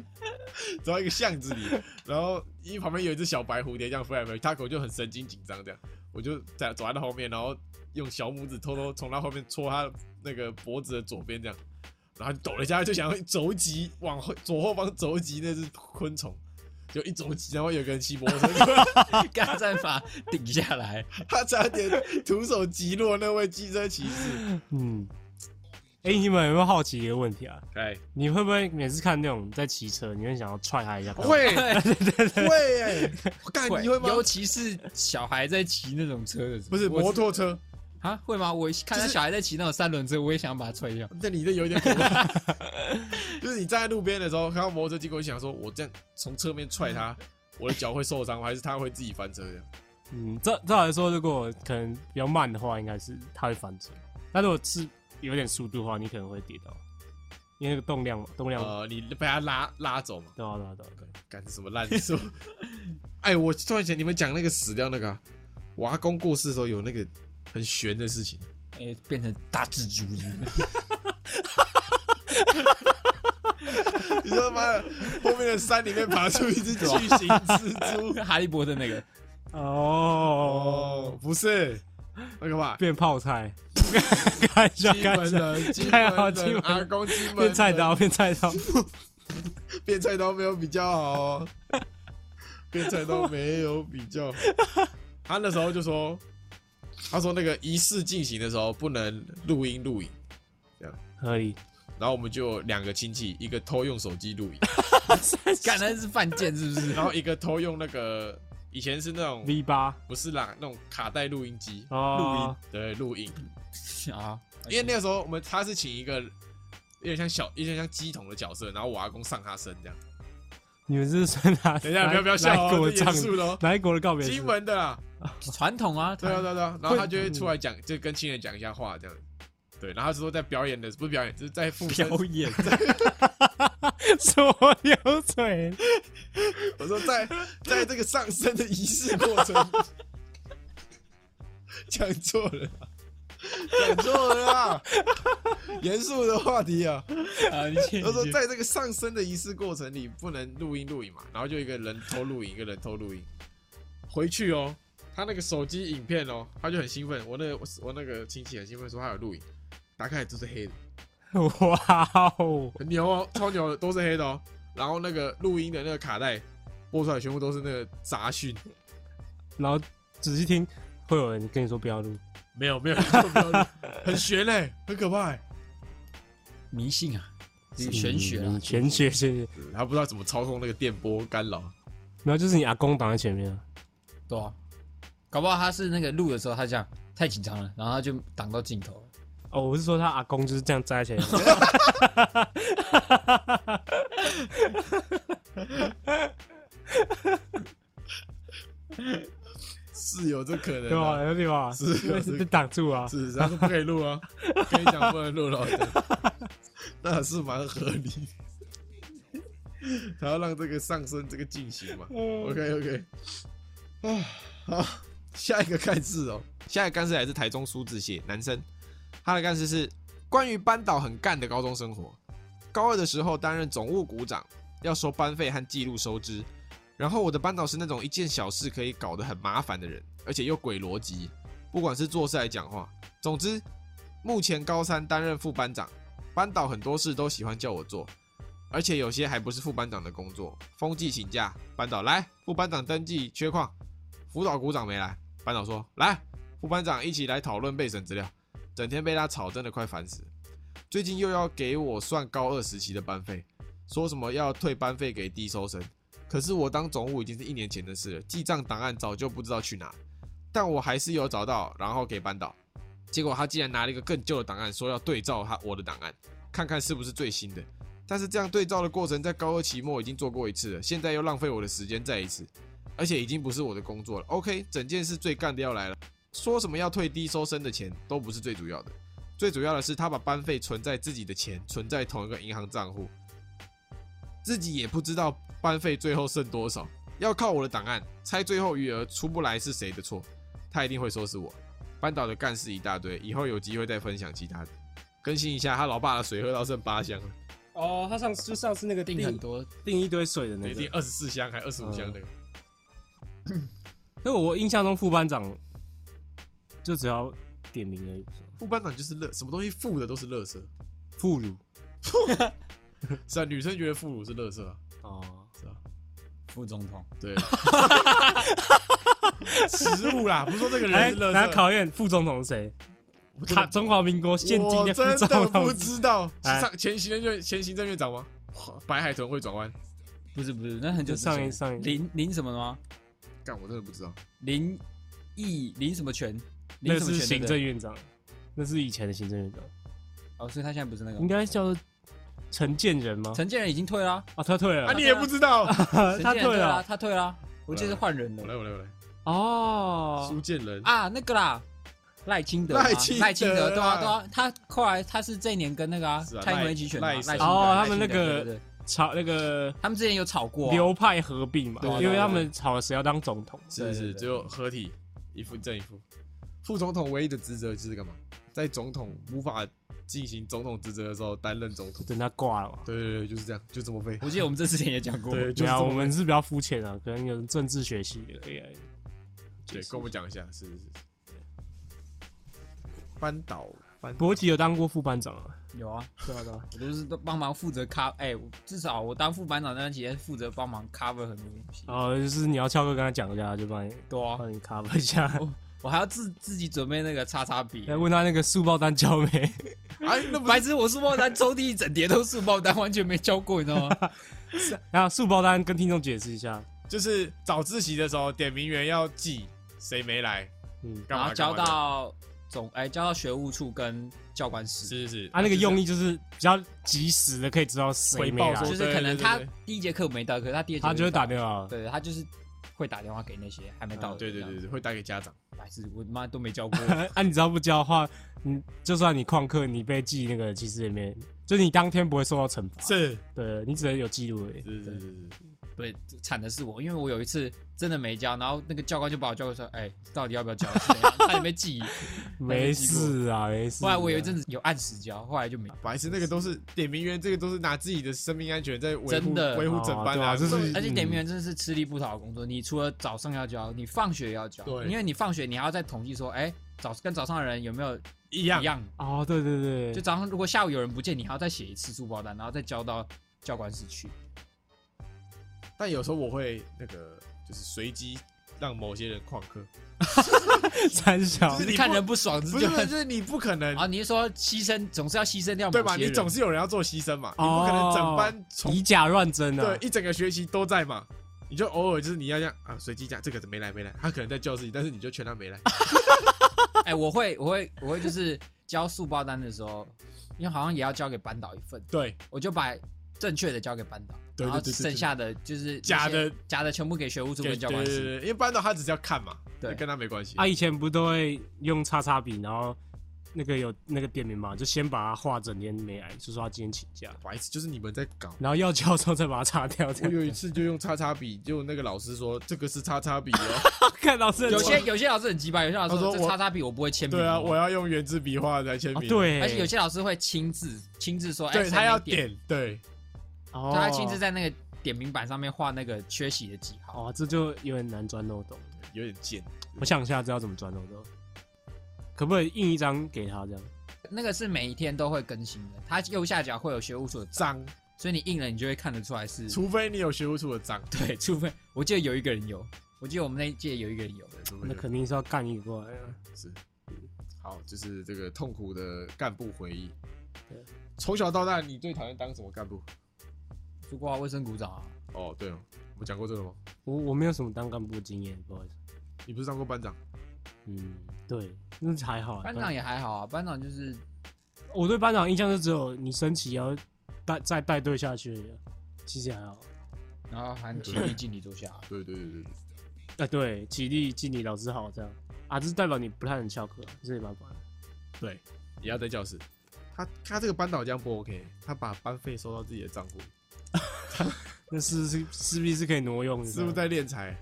S3: 走到一个巷子里，然后因为旁边有一只小白蝴蝶这样飞来飞去，他狗就很神经紧张这样，我就在走在他后面，然后用小拇指偷偷从他后面戳他那个脖子的左边这样，然后他抖了一下，就想要肘击往后左后方肘击那只昆虫，就一肘击，然后有个人骑摩托车，
S4: 刚才在把顶下来，
S3: 他差点徒手击落那位机车骑士。
S2: 嗯，哎、你们有没有好奇一个问题啊？
S3: 哎，
S2: 你会不会每次看那种在骑车，你会想要踹他一下？
S3: 会会哎，我干你会吗？
S4: 尤其是小孩在骑那种车的时候，
S3: 不是
S4: 我
S3: 摩托车，
S4: 啊？会吗？我看到小孩在骑那种三轮车，我也想把它踹 掉。
S3: 那你这有点可怕，就是你站在路边的时候，看到摩托车经过，你想说，我这样从侧面踹他，我的脚会受伤吗，还是他会自己翻车 这样？
S2: 嗯，照照来说，如果可能比较慢的话，应该是它会翻车。那如果是有点速度的话，你可能会跌倒，因为那个动量嘛，动量、
S3: 呃，你被他拉拉走嘛？
S2: 对啊对啊对啊。对啊
S3: 干是什么烂 事？哎，我突然想，你们讲那个死掉那个啊、我阿公过世的时候有那个很悬的事 情，
S4: 哎、变成大蜘蛛一样。。
S3: 你说妈的，后面的山里面爬出一只巨型蜘蛛
S4: 哈利波特那个，
S2: 哦，
S3: 哦，不是，那个吧，
S2: 变泡菜，开玩笑，
S3: 金
S2: 开玩
S3: 门
S2: 笑，
S3: 人，金
S2: 太好
S3: 门
S2: 金
S3: 人，
S2: 门
S3: 阿公金门
S2: 变菜
S3: 人
S2: 刀，变菜刀。
S3: 变菜刀没有比较好、哦，变菜刀没有比较好。他那时候就说，他说那个仪式进行的时候不能录音录影，
S2: 合 理，
S3: 然后我们就有两个亲戚，一个偷用手机 录影，
S4: 干那是犯贱是不是？
S3: 然后一个偷用那个以前是那种
S2: V 八
S3: 不是啦，那种卡带录音机，
S2: 哦，
S3: 对，录音。
S4: 啊，
S3: 因为那个时候我们他是请一个有点像小有点像鸡桶的角色，然后我阿公上他身这样。
S2: 你们是算哪？
S3: 等一下，不要不要笑
S2: 哪一
S3: 哦，
S2: 国
S3: 这
S2: 唱
S3: 严？肃的哦，
S2: 哪一国的告别式？
S3: 金门的啦。
S4: 传统啊，
S3: 对啊，对啊，对啊，然后他就会
S2: 嗯
S3: 出来讲，就跟亲人讲一下话这样。对，然后他说在表演的，不是表演，就是在 附身。
S4: 表演
S2: 什么流水？
S3: 我说在在这个上升的仪式过程，讲错了啊，讲错了啊，严肃的话题啊。
S4: 啊，你去
S3: 他说在这个上升的仪式过程里，不能录音录影嘛，然后就一个人偷录影，一个人偷录影，回去哦，他那个手机影片哦，他就很兴奋，我那个我那个亲戚很兴奋说他有录影，打开来都是黑的，
S2: 哇哦！
S3: 很牛哦，超牛的，都是黑的哦，然后那个录音的那个卡带播出来全部都是那个杂讯，
S2: 然后仔细听，会有人跟你说不要录。
S3: 没有没有，没有 很悬嘞、很可怕、欸，
S4: 迷信啊，这个玄学啊
S2: 嗯，玄学，玄学。
S3: 他不知道怎么操控那个电波干扰，
S2: 然后就是你阿公挡在前面啊，
S4: 对啊，搞不好他是那个录的时候他这样太紧张了，然后他就挡到镜头了。
S2: 哦，我是说他阿公就是这样站在前面。
S3: 是有这可能、啊，
S2: 对吧？有理吧？
S3: 是是
S2: 因为
S3: 是
S2: 被挡住啊。
S3: 是，他说不可以录啊，跟你讲不能录了，那是蛮合理的。他要让这个上升这个进行嘛，OK OK，啊，好，下一个干事哦，下一个干事还是台中苏志燮，男生，他的干事是关于班导很干的高中生活，高二的时候担任总务股长，要收班费和记录收支，然后我的班导是那种一件小事可以搞得很麻烦的人，而且又鬼逻辑，不管是做事还讲话，总之，目前高三担任副班长，班导很多事都喜欢叫我做，而且有些还不是副班长的工作。风纪请假，班导来，副班长登记缺旷，辅导股长没来，班导说来，副班长一起来讨论备审资料，整天被他吵，真的快烦死了。最近又要给我算高二时期的班费，说什么要退班费给低收生，可是我当总务已经是一年前的事了，记账档案早就不知道去哪了。但我还是有找到，然后给扳倒。结果他竟然拿了一个更旧的档案，说要对照他我的档案，看看是不是最新的。但是这样对照的过程，在高二期末已经做过一次了，现在又浪费我的时间再一次，而且已经不是我的工作了。OK，整件事最干的要来了，说什么要退低收生的钱都不是最主要的，最主要的是他把班费存在自己的钱存在同一个银行账户，自己也不知道班费最后剩多少，要靠我的档案猜最后余额出不来是谁的错，他一定会说是我。班导的干事一大堆，以后有机会再分享其他的。更新一下，他老爸的水喝到剩八箱了，
S2: 哦，他上次就上次那个
S4: 订很多，
S2: 订一堆水的那
S3: 一定
S2: 个，
S3: 二十四箱还二十五箱那个。
S2: 因为我印象中副班长就只要点名而已，
S3: 副班长就是乐，什么东西副的都是乐色。
S2: 副乳
S3: 是啊，女生觉得副乳是乐色啊，
S2: 哦，
S3: 是啊，
S4: 副总统，
S3: 对。啊食物啦，不是说这个人
S2: 来
S3: 是乐啊
S2: 来
S3: 色。
S2: 哎考验副总统是谁？
S3: 我真的
S2: 他中华民国现今
S3: 我
S2: 的副
S3: 真
S2: 总
S3: 的不
S2: 统
S3: 知道。
S2: 啊哎
S3: 是上前行政院前行政院长吗？白海豚会转弯？
S4: 不是不是，那很久之
S2: 上一
S4: 前
S2: 上一
S4: 林林什么的吗？
S3: 干，我真的不知道。啊
S4: 林毅林什么权？林
S2: 那
S4: 什么
S2: 是
S4: 权？对
S2: 行
S4: 不
S2: 政
S4: 对
S2: 院长，那是以前的行政院长，
S4: 哦，所以他现在不是那个
S2: 应该叫陈建仁吗？
S4: 陈建仁已经退啦，
S2: 啊，他退了
S3: 啊，，你也不知道？
S4: 陈
S2: 呃他
S4: 建仁啊退
S2: 退
S4: 啦，
S2: 了
S4: 他退啦，我记得是换人
S3: 我
S4: 了
S3: 来，我来，我来。
S2: 哦
S3: 苏，建仁
S4: 啊，那个啦。赖清德啊，
S3: 赖清德
S4: 赖清德，对
S3: 啦
S4: 啊，对啊，他后来他是这一年跟那个啊
S3: 是啊
S4: 蔡英
S3: 赖
S4: 文一起选嘛，
S3: 赖
S4: 赖
S3: 神
S4: 清德，
S2: 哦
S4: 赖
S2: 他们
S4: 清
S2: 那
S4: 德
S2: 个
S4: 对对对
S2: 吵那个
S4: 他们之前有吵过啊，
S2: 流派合并嘛
S4: 对，对
S2: 因为
S4: 对啊
S2: 他
S4: 对
S2: 们吵了谁要当总统，
S3: 是
S4: 对
S3: 是，
S4: 对对
S3: 只有合体一副正一副。副总统唯一的职责就是干嘛？在总统无法进行总统职责的时候担任总统。
S2: 等他挂了嘛。
S3: 对对对，就是这样，就这么废。
S4: 我记得我们这之前也讲过，
S3: 对，就
S2: 对
S3: 是
S2: 啊，
S3: 这
S2: 我
S3: 么
S2: 们是比较肤浅啊，可能有政治学习
S4: 啊
S2: 的哎 AI。
S3: 对，跟我们讲一下，是是是。班导，班
S2: 博吉有当过副班长啊，
S4: 有啊，
S2: 对啊对啊，
S4: 我都是都帮忙负责 cover，哎、我至少我当副班长那段期间负责帮忙 cover 很多东西。
S3: 啊
S2: 然后哦就是你要翘课跟他讲一下，就帮你
S4: 对啊，
S3: 哎
S2: 帮你 cover 一下，
S4: 我还要自自己准备那个叉叉笔啊
S2: 来。问他那个速报单交没？
S3: 哎，那不
S4: 白痴，我书包单抽屉一整叠都是书包单，完全没教过，你知道吗？
S2: 然后速报单跟听众解释一下，
S3: 就是早自习的时候，点名员要记谁没来，
S2: 嗯，
S3: 干
S4: 然
S3: 嘛
S4: 后交
S3: 干嘛的
S4: 到总哎、交到学务处跟教官室，
S3: 是是是，
S2: 他啊那个
S3: 就是
S2: 用意就是比较及时的，可以知道谁没
S3: 回报
S2: 来
S3: 说，
S4: 就是可能他第一节课没到，可是他第二节
S2: 他就会打
S4: 电
S2: 电话。
S4: 对他就是会打电话给那些还没到
S3: 啊
S4: 的、
S3: 对对对，对，会打给家长。
S4: 白痴，我妈都没教过。
S2: 啊，你只要不交的话，你就算你旷课，你被记那个其实也没，就是你当天不会受到惩罚，
S3: 是
S2: 对你只能有记录而已。
S3: 是是是是，
S4: 对，惨的是我，因为我有一次真的没交，然后那个教官就把我叫过去说：“哎、到底要不要交？”差点被 记。
S2: 没事啊，没事啊。
S4: 后来我有一阵子有按时交，后来就没。
S3: 白痴，那个都是点名员，这个都是拿自己的生命安全在维护
S4: 真的
S3: 维护整班啊，
S2: 哦对啊这是
S4: 而且点名员真的是吃力不讨好的工作，你除了早上要交，你放学也要交，
S3: 对
S4: 因为你放学你还要再统计说，哎、早跟早上的人有没有
S3: 一样
S4: 一样？
S2: 哦，对对对，
S4: 就早上如果下午有人不见，你还要再写一次书包单，然后再交到教官室去。
S3: 但有时候我会那个就是随机让某些人旷课，
S2: 三小
S3: 就，是你不
S4: 看人不爽，
S3: 不是
S4: 就
S3: 不是，就是你不可能
S4: 啊？你是说牺牲总是要牺牲掉
S3: 对
S4: 某
S3: 吧？你
S4: 些人
S3: 总是有人要做牺牲嘛，你不可能整班从
S2: 以假乱真啊
S3: 对。一整个学期都在嘛。你就偶尔就是你要这样啊，随机讲这个没来没来，他可能在教室里，但是你就劝他没来，
S4: 哎、我会，我会，我会，就是交速报单的时候，因为好像也要交给班导一份，
S3: 对，
S4: 我就把正确的交给班导，
S3: 对
S4: 然后
S3: 对对对对
S4: 剩下的就是
S3: 假的
S4: 那些假的全部给学务处
S3: 对
S4: 跟
S3: 对
S4: 教官
S3: 对，
S4: 室。
S3: 对因为班导他只是要看嘛，
S4: 对
S3: 那跟他没关系
S2: 啊，。以前不都会用叉叉笔，然后那个有那个店名嘛，就先把它画整天没来，就说他今天请假，
S3: 白痴，就是你们在搞。
S2: 然后要交的时候再把它擦掉。这
S3: 我
S2: 样
S3: 有一次就用叉叉笔，就那个老师说这个是叉叉笔哦，
S2: 看到这
S4: 有些有些老师很鸡巴，有些老师
S3: 他说
S4: 这
S3: 我
S4: 叉叉笔我不会签 名。
S3: 对啊，我要用圆珠笔画来签
S2: 哦
S3: 名。，
S2: 对，
S4: 而且有些老师会亲自亲自说，哎、
S3: 对
S4: 谁
S3: 他
S4: 没
S3: 要
S4: 点，
S3: 点，对，
S2: 哦
S4: 他亲自在那个点名板上面画那个缺席的记号。
S2: 哦，这就有点难钻漏洞。
S3: 有点贱。
S2: 我想一下，知道怎么钻漏洞，可不可以印一张给他这样？
S4: 那个是每一天都会更新的，它右下角会有学务处的章，
S3: 章，
S4: 所以你印了你就会看得出来是。
S3: 除非你有学务处的章，
S4: 对，除非我记得有一个人有，我记得我们那一届有一个人有。
S3: 对，除非
S2: 那
S3: 有
S2: 肯定是要干一个过来啊。
S3: 是。好，就是这个痛苦的干部回忆
S2: 对。
S3: 从小到大，你最讨厌当什么干部？
S4: 不过啊卫生股长啊，
S3: 哦，对哦，我们讲过这个吗？
S2: 我我没有什么当干部的经验，不好意思。
S3: 你不是当过班长？
S2: 嗯，对，那还好啊。
S4: 班长也还好啊，班长就是
S2: 我对班长印象就只有你升旗要带再带队下去而已啊，其实也还好。
S4: 然后喊起立敬礼坐下，
S3: 对对对对对，
S2: 啊，对，起立敬礼，老师好这样啊，这是代表你不太能翘课啊，这没办法。
S3: 对，也要在教室。他他这个班导这样不 OK，他把班费收到自己的账户，
S2: 那是是势必是可以挪用的。
S3: 是不是在敛财？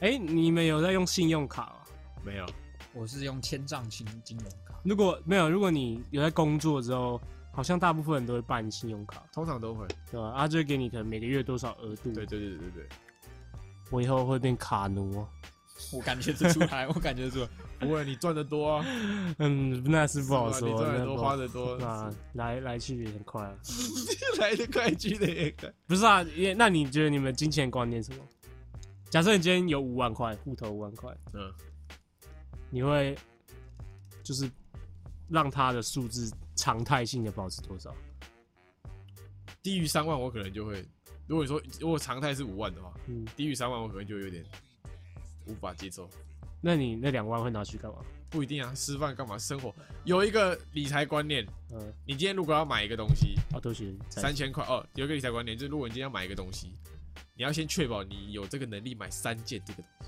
S2: 哎、你们有在用信用卡吗？
S3: 没有，
S4: 我是用千丈金金融卡，
S2: 如果没有，如果你有在工作之后，好像大部分人都会办信用卡，
S3: 通常都会。
S2: 对吧？啊，就会给你可能每个月多少额度。
S3: 对对对对对对，
S2: 我以后会变卡奴啊。
S4: 我感觉 得出来，我感觉得出来。
S3: 不会，你赚的多啊，
S2: 嗯，那是不好
S3: 是吧你
S2: 说，
S3: 赚
S2: 那
S3: 的多，
S2: 不
S3: 花
S2: 好
S3: 的多，
S2: 那来来去也很快啊。
S3: 来的快去的也快。
S2: 不是啊，也那你觉得你们金钱观念是什么？假设你今天有五万块，户头五万块，
S3: 嗯，
S2: 你会就是让它的数字常态性的保持多少？
S3: 低于三万我可能就会，如果你说如果常态是五万的话，
S2: 嗯，
S3: 低于三万我可能就有点无法接受。
S2: 那你那两万会拿去干嘛？
S3: 不一定啊，吃饭干嘛？生活有一个理财观念，
S2: 嗯，
S3: 你今天如果要买一个东西，
S2: 哦，对不起，再
S3: 呃三千块哦，有一个理财观念，就是如果你今天要买一个东西，你要先确保你有这个能力买三件这个东西，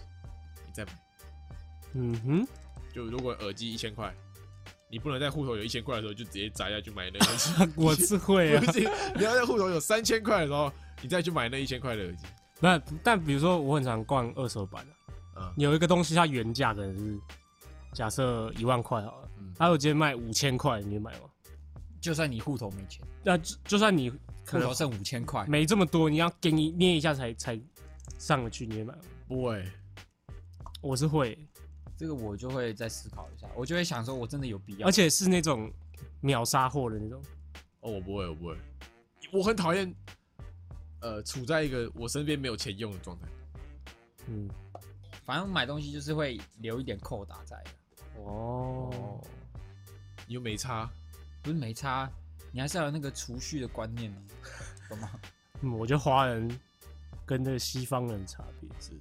S3: 你再买。
S2: 嗯哼，
S3: 就如果耳机一千块，你不能在户头有一千块的时候就直接砸下去买那个东西，
S2: 我是会啊
S3: 不，行，你要在户头有三千块的时候，你再去买那一千块的耳机。
S2: 那但比如说我很常逛二手版啊，
S3: 嗯
S2: 有一个东西它原价可能是假设一万块好了
S3: 嗯，
S2: 它如果今天卖五千块，你会买吗？
S4: 就算你户头没钱，
S2: 那就就算你可
S4: 户
S2: 能
S4: 头剩五千块，
S2: 没这么多，你要给你捏一下才才上得去，你会买吗？
S3: 不会，
S2: 我是会，
S4: 这个我就会再思考一下，我就会想说，我真的有必要
S2: 而？且是那种秒杀货的那种。
S3: 哦，我不会，我不会，我很讨厌，呃，处在一个我身边没有钱用的状态。
S2: 嗯，
S4: 反正买东西就是会留一点扣打在的，
S2: 哦，
S3: 你又没差，
S4: 不是没差，啊你还是要有那个储蓄的观念呢，懂吗？
S2: 嗯，我觉得华人跟这个西方人的差别。
S3: 是是。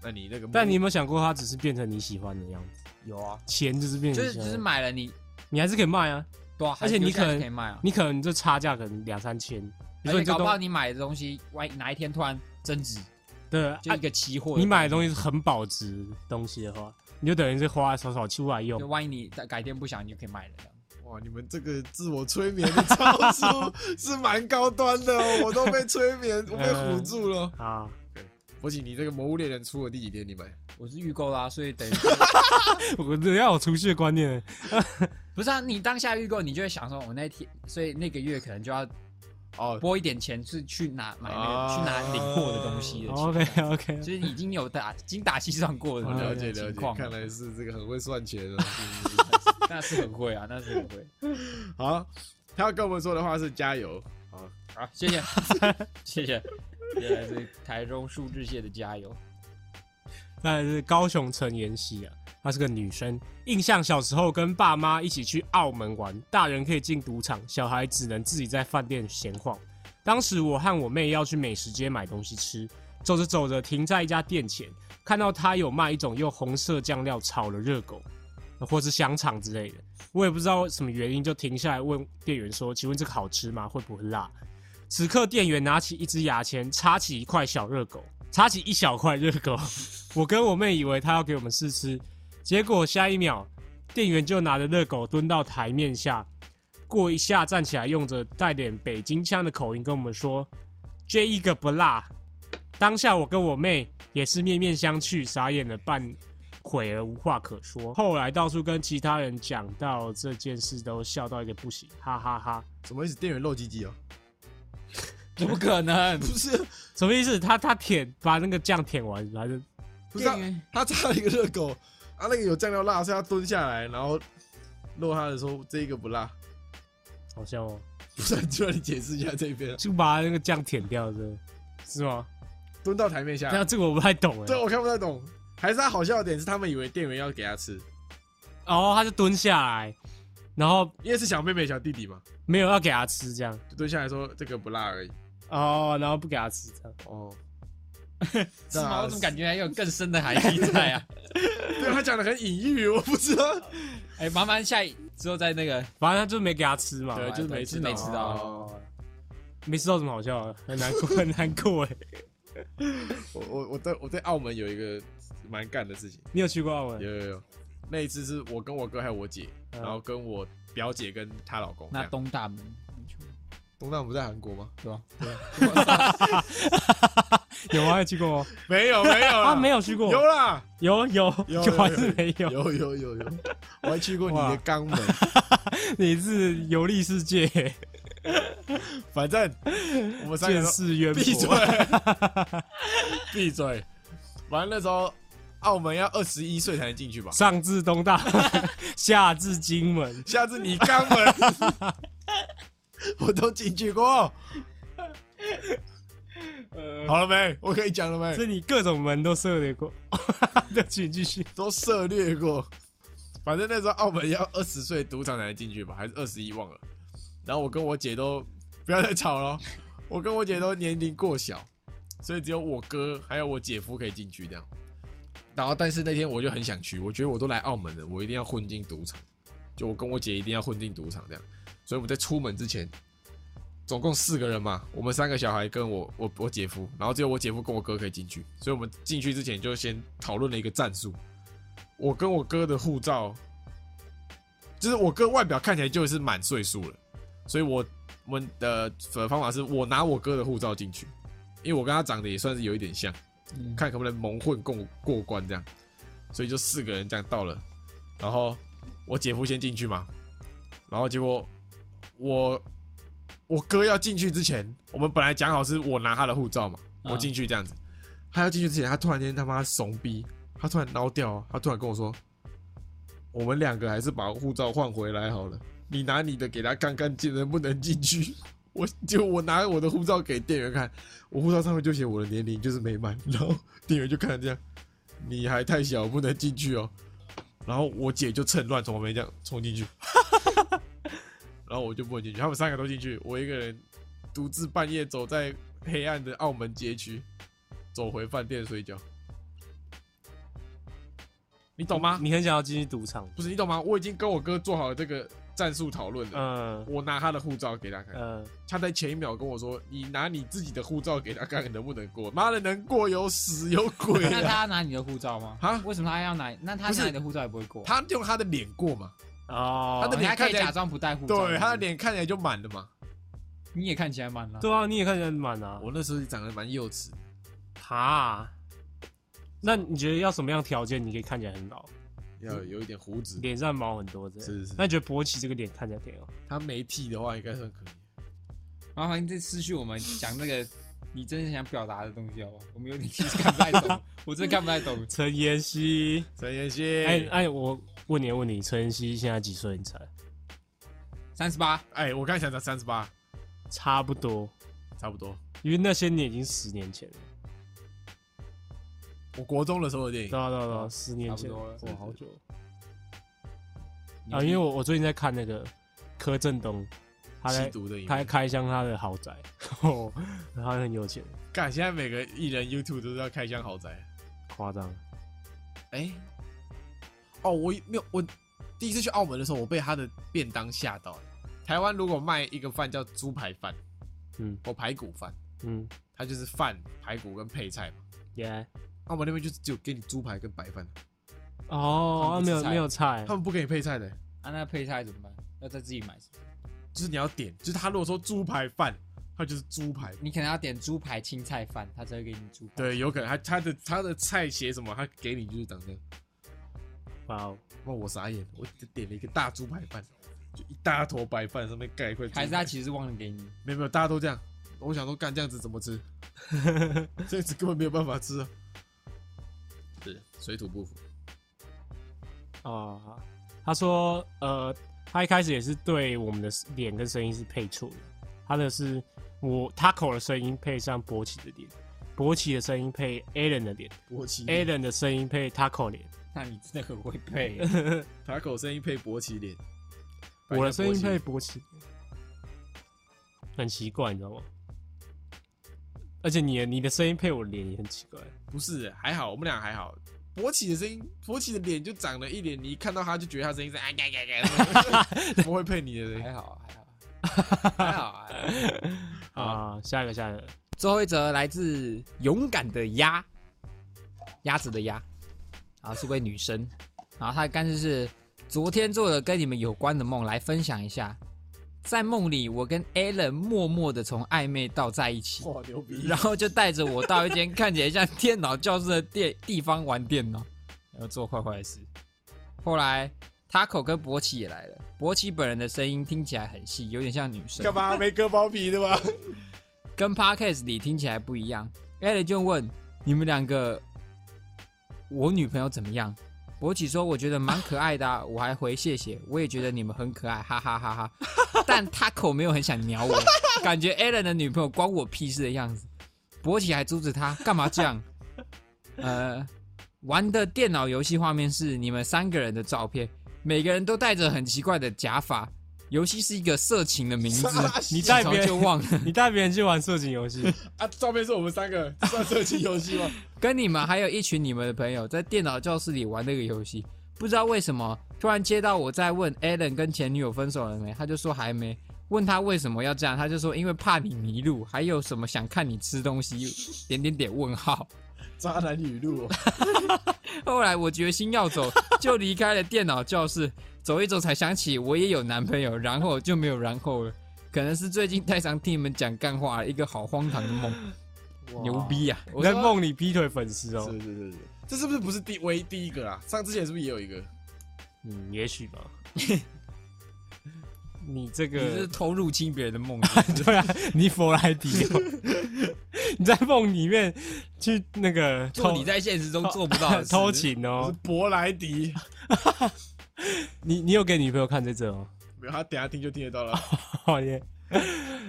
S3: 那你那个，
S2: 但你有没有想过，它只是变成你喜欢的样子？
S4: 有啊，
S2: 钱就是变
S4: 就
S2: 成你喜
S4: 是就
S2: 欢
S4: 是
S2: 的
S4: 买了你，
S2: 你还是可以卖啊。
S4: 对啊，
S2: 而且
S4: 还是
S2: 你
S4: 有些还是
S2: 可能
S4: 可以卖啊，
S2: 你可能这差价可能两三千，比如说
S4: 而且
S2: 你这
S4: 搞不好
S2: 东
S4: 你买的东西，万一哪一天突然增值，
S2: 对啊，
S4: 就一个期货，
S2: 你买的东西是很保值的东西的话，你就等于是花少少出来用
S4: 就。万一你改天不想，你就可以卖了这样。
S3: 哇，你们这个自我催眠的招数是蛮高端的哦，我都被催眠，我被唬
S4: 嗯
S3: 住了。
S2: 啊，
S3: 博起，你这个《魔物猎人》出了第几天？你买？
S4: 我是预购啦、所以等于
S2: 我这要有储蓄的观 念，
S4: 不是啊，你当下预购，你就会想说，我那天，所以那个月可能就要
S3: 哦，
S4: 拨一点钱是去拿买那个、
S3: 啊
S4: 去拿领货的东西的钱。
S2: OK OK，
S4: 就是已经有打精打细算过的
S3: 我
S2: 哦
S3: 了
S4: 那
S3: 解
S4: 个
S3: 了
S4: 情
S3: 解
S4: 况，，
S3: 看来是这个很会算钱的。
S4: 那是很会啊，那是很会。
S3: 好，他要跟我们说的话是加油。
S4: 好，谢 谢，谢谢，也来自台中数字界的加油。
S2: 那是高雄陈妍希啊，她是个女生，印象小时候跟爸妈一起去澳门玩，大人可以进赌场，小孩只能自己在饭店闲晃。当时我和我妹要去美食街买东西吃，走着走着停在一家店前，看到她有卖一种用红色酱料炒的热狗，或是香肠之类的，我也不知道什么原因就停下来问店员说：“请问这个好吃吗？会不会辣？”此刻，店员拿起一支牙签，插起一块小热狗，插起一小块热狗。我跟我妹以为他要给我们试吃，结果下一秒，店员就拿着热狗蹲到台面下，过一下站起来，用着带点北京腔的口音跟我们说：“这一个不辣。”当下我跟我妹也是面面相觑，傻眼了半会儿，无话可说。后来到处跟其他人讲到这件事，都笑到一个不行，哈哈哈
S3: 什么意思？店员露鸡鸡哦？
S4: 怎么可能？
S3: 不是，
S2: 什么意思？他他舔把那个酱舔完是吧，还是
S3: 不是啊
S4: 店员
S3: 他炸了一个热狗，啊，那个有酱料辣，所以他蹲下来，然后露他的说这一个不辣。
S2: 好像哦，
S3: 不是，就让你解释一下这一边，
S2: 就把那个酱舔掉是不是是吗？
S3: 蹲到台面下。
S2: 那这个我不太懂
S3: 对，
S2: 哎。
S3: 啊我看不太懂。还是他好笑的点是，他们以为店员要给他吃，
S2: 哦，他就蹲下来，然后
S3: 因为是小妹妹、小弟弟嘛，
S2: 没有要给他吃这样。
S3: 就蹲下来说这个不辣而已。
S2: 哦，然后不给他吃这样。
S3: 哦，
S4: 是吗？我怎么感觉还有更深的含义在啊？
S3: 对他讲的很隐喻，我不知 道。
S4: 哎、麻烦下一之后再那个，
S2: 反正他就没给他吃嘛，
S1: 对
S4: 对
S1: 就是没
S4: 就是
S1: 吃到
S4: 没吃到。
S3: 哦，
S2: 没吃到什么好笑的，很难过， 很难过哎。
S3: 我我我对我对澳门有一个蛮干的事情，
S2: 你有去过澳门
S3: 有？有有，那一次是我跟我哥还有我姐，
S2: 嗯
S3: 然后跟我表姐跟她老公。
S4: 那
S3: 东
S4: 东大门，
S3: 东大不在韩国吗？
S4: 对吧？
S2: 有吗？有去 过吗？
S3: 没有没有
S2: 啊，
S3: 啊
S2: 没
S3: 有
S2: 有去过。
S3: 有啦，
S2: 有有
S3: 有
S2: 就还是没有？
S3: 有有有有，我还去过你
S2: 哇
S3: 的肛门。
S2: 你是游历世界，
S3: 反正我们三个
S2: 见
S3: 都
S2: 识渊博。
S3: 闭嘴， 闭嘴。反正那时候澳门要二十一岁才能进去吧？
S2: 上至东大， 下至金门，
S3: 下次你肛门， 我都进去过。好了没？我可以讲了
S2: 所
S3: 没？
S2: 以你各种门都涉猎过。 对不起，你继续。
S3: 都涉略过。反正那时候澳门要二十岁赌场才能进去吧，还是二十一忘了。然后我跟我姐都不要再吵了，我跟我姐都年龄过小，所以只有我哥还有我姐夫可以进去这样。然后，但是那天我就很想去，我觉得我都来澳门了，我一定要混进赌场。就我跟我姐一定要混进赌场这样。所以我们在出门之前，总共四个人嘛，我们三个小孩跟我我我姐夫，然后只有我姐夫跟我哥可以进去。所以我们进去之前就先讨论了一个战术。我跟我哥的护照，就是我哥外表看起来就是满岁数了，所以我我们的呃方法是我拿我哥的护照进去，因为我跟他长得也算是有一点像，
S4: 嗯
S3: 看可不能蒙混过过关这样，所以就四个人这样到了，然后我姐夫先进去嘛，然后结果我我哥要进去之前，我们本来讲好是我拿他的护照嘛，
S4: 嗯
S3: 我进去这样子，他要进去之前，他突然间他妈怂逼，他突然孬掉啊，他突然跟我说，我们两个还是把护照换回来好了，你拿你的给他看看进能不能进去。我就我拿我的护照给店员看，我护照上面就写我的年龄，就是没满，然后店员就看了这样，你还太小，不能进去哦。然后我姐就趁乱从旁边这样冲进去， 然后我就不能进去，他们三个都进去，我一个人独自半夜走在黑暗的澳门街区，走回饭店睡觉。你懂吗？
S2: 你很想要进去赌场？
S3: 不是你懂吗？我已经跟我哥做好这个战术讨论了。
S2: 嗯
S3: 我拿他的护照给他看，
S2: 嗯，
S3: 他在前一秒跟我说：“你拿你自己的护照给他看，能不能过？”妈的，能过有屎有鬼
S4: 那
S3: 啊！
S4: 他拿你的护照吗？
S3: 啊
S4: 为什么他要拿？那他
S3: 不是
S4: 拿你的护照也不会过。
S3: 他用他的脸过嘛？
S2: 哦，
S3: 他的
S4: 你
S3: 脸
S4: 还可
S3: 看
S4: 以
S3: 起来
S4: 假装不带护照。
S3: 对，他的，脸看起来就满了嘛。
S4: 你也看起来蛮了。
S2: 对啊，你也看起来满啊。
S3: 我那时候长得蛮幼稚，
S2: 哈，那你觉得要什么样条件你可以看起来很老？
S3: 要有一点胡子。
S2: 脸上毛很多这样。
S3: 是是是
S2: 那你觉得勃起这个脸看起来怎样？
S3: 他没剃的话，应该算可以。
S4: 麻烦再失去我们讲那个你真正想表达的东西好不好？我们有点看不太 懂，我真的看不太懂。
S2: 陈妍希，
S3: 陈妍
S2: 哎
S3: 希，哎
S2: 哎，我问你个问题，陈妍希现在几岁？你猜？
S4: 三十八，
S3: 哎，我刚才想到三十八，
S2: 差不多，
S3: 差不多。
S2: 因为那些年已经十年前了。
S3: 我国中的时候的电
S2: 对
S3: 影，
S2: 啊对啊对啊，十年
S4: 差不
S2: 前，
S4: 多了
S2: 哇，
S4: 是是
S2: 好久啊！因为我我最近在看那个柯震东，他
S3: 吸
S2: 在
S3: 毒的影
S2: 他在
S3: 片。
S2: 开箱他的豪宅，哦，他很有钱，
S3: 干，现在每个艺人 YouTube 都是要开箱豪宅。
S2: 夸张。
S3: 哎、哦，我没有，我第一次去澳门的时候，我被他的便当吓到了。台湾如果卖一个饭叫猪排饭，
S2: 嗯
S3: 或排骨饭，
S2: 嗯，
S3: 它就是饭、排骨跟配菜嘛。
S2: 耶、
S3: 澳门那边就是只有给你猪排跟白饭，
S2: 哦，啊
S4: 他们不吃
S2: 没有没
S4: 菜
S2: 有
S4: 嗯
S2: 菜
S3: 他，们不给你配菜的，
S4: 啊，那配菜怎么办？要再自己买是不是
S3: 就是你要点，就是他如果说猪排饭，他就是猪排。
S4: 你可能要点猪排青菜饭，他才会给你猪排。，
S3: 对，有可能他他的他的菜写什么，他给你就是长这样。
S2: 哇哦，
S3: 哇，我傻眼，我只点了一个大猪排饭，就一大坨白饭上面盖一块猪排。
S4: 还是他其实是忘了给你。
S3: 没有没有，大家都这样。我想说，干这样子怎么吃？ 这样子根本没有办法吃啊。是水土不服。
S2: 哦，好他说，呃，他一开始也是对我们的脸跟声音是配错的，他的是我 Taco 的声音配上勃起的脸，勃起的声音配 Alan 的脸
S3: 勃
S4: 嗯
S3: 起脸
S2: ，Alan 的声音配 Taco 脸，
S4: 那你真的很会配耶，
S3: 塔口声音配勃起脸，
S2: 我的声音
S3: 白
S2: 配
S3: 人勃起
S2: 勃起脸，很奇怪，你知道吗？而且你的你的声音配我脸也很奇怪，
S3: 不是，还好，我们俩还好。博起的声音，博起的脸就长了一脸，你一看到他就觉得他声音是啊嘎 嘎嘎，不会配你的声音。
S1: 还好 还好还好，还好
S3: 好
S2: 啊，下一个，下一个，
S4: 最后一则来自勇敢的鸭，鸭子的鸭，啊，是位女生，然后她的干事是昨天做了跟你们有关的梦，来分享一下。在梦里，我跟 Allen 默默的从暧昧到在一起，
S3: 哇，牛逼！
S4: 然后就带着我到一间看起来像电脑教室的地地方玩电脑，然后做坏坏事。后来 Taco 跟博奇也来了，博奇本人的声音听起来很细，有点像女生
S3: 干，嘛没割包皮的吧？，
S4: 跟 Podcast 里听起来不一样。Allen 就问你们两个，我女朋友怎么样？博奇说：“我觉得蛮可爱的、啊。”我还回谢谢，我也觉得你们很可爱，哈哈哈哈。但 Taco 没有很想鸟我，感觉 Allen 的女朋友关我屁事的样子。博奇还阻止他，干嘛这样？呃，玩的电脑游戏画面是你们三个人的照片，每个人都戴着很奇怪的假发。游戏是一个色情的名字
S2: 你
S4: 一
S2: 带
S4: 早
S2: 别人
S4: 就忘 了。
S2: 你带别人去玩色情游 戏，
S3: 啊，照片是我们三个算射击游戏吗？
S4: 跟你们还有一群你们的朋友在电脑教室里玩那个游戏，不知道为什么突然接到我在问 Alan 跟前女友分手了没，他就说还没。问他为什么要这样，他就说因为怕你迷路，还有什么想看你吃东西，点点点问号。
S3: 渣男语录哦，
S4: 后来我决心要走，就离开了电脑教室，走一走才想起我也有男朋友，然后就没有然后了。可能是最近太常听你们讲干话了，一个好荒唐的梦，牛逼呀、啊！
S2: 你
S4: 我
S2: 在
S4: 说
S2: 梦里劈腿粉丝哦，
S3: 是是是是， 这是不是不是第唯一第一个啊？上之前是不是也有一个？
S2: 嗯，也许吧。 你这
S4: 你
S2: 个
S4: 是偷入侵别人的梦。
S2: 对啊，你佛莱迪 哦，你在梦里面去那个
S4: 做
S2: 偷
S4: 你在现实中做不 到的事
S2: 偷。情
S3: 是
S2: 哦。
S3: 伯莱迪，
S2: 你你有给女朋友看这则哦？
S3: 没有，他等一下听就听得到了。
S2: 好耶！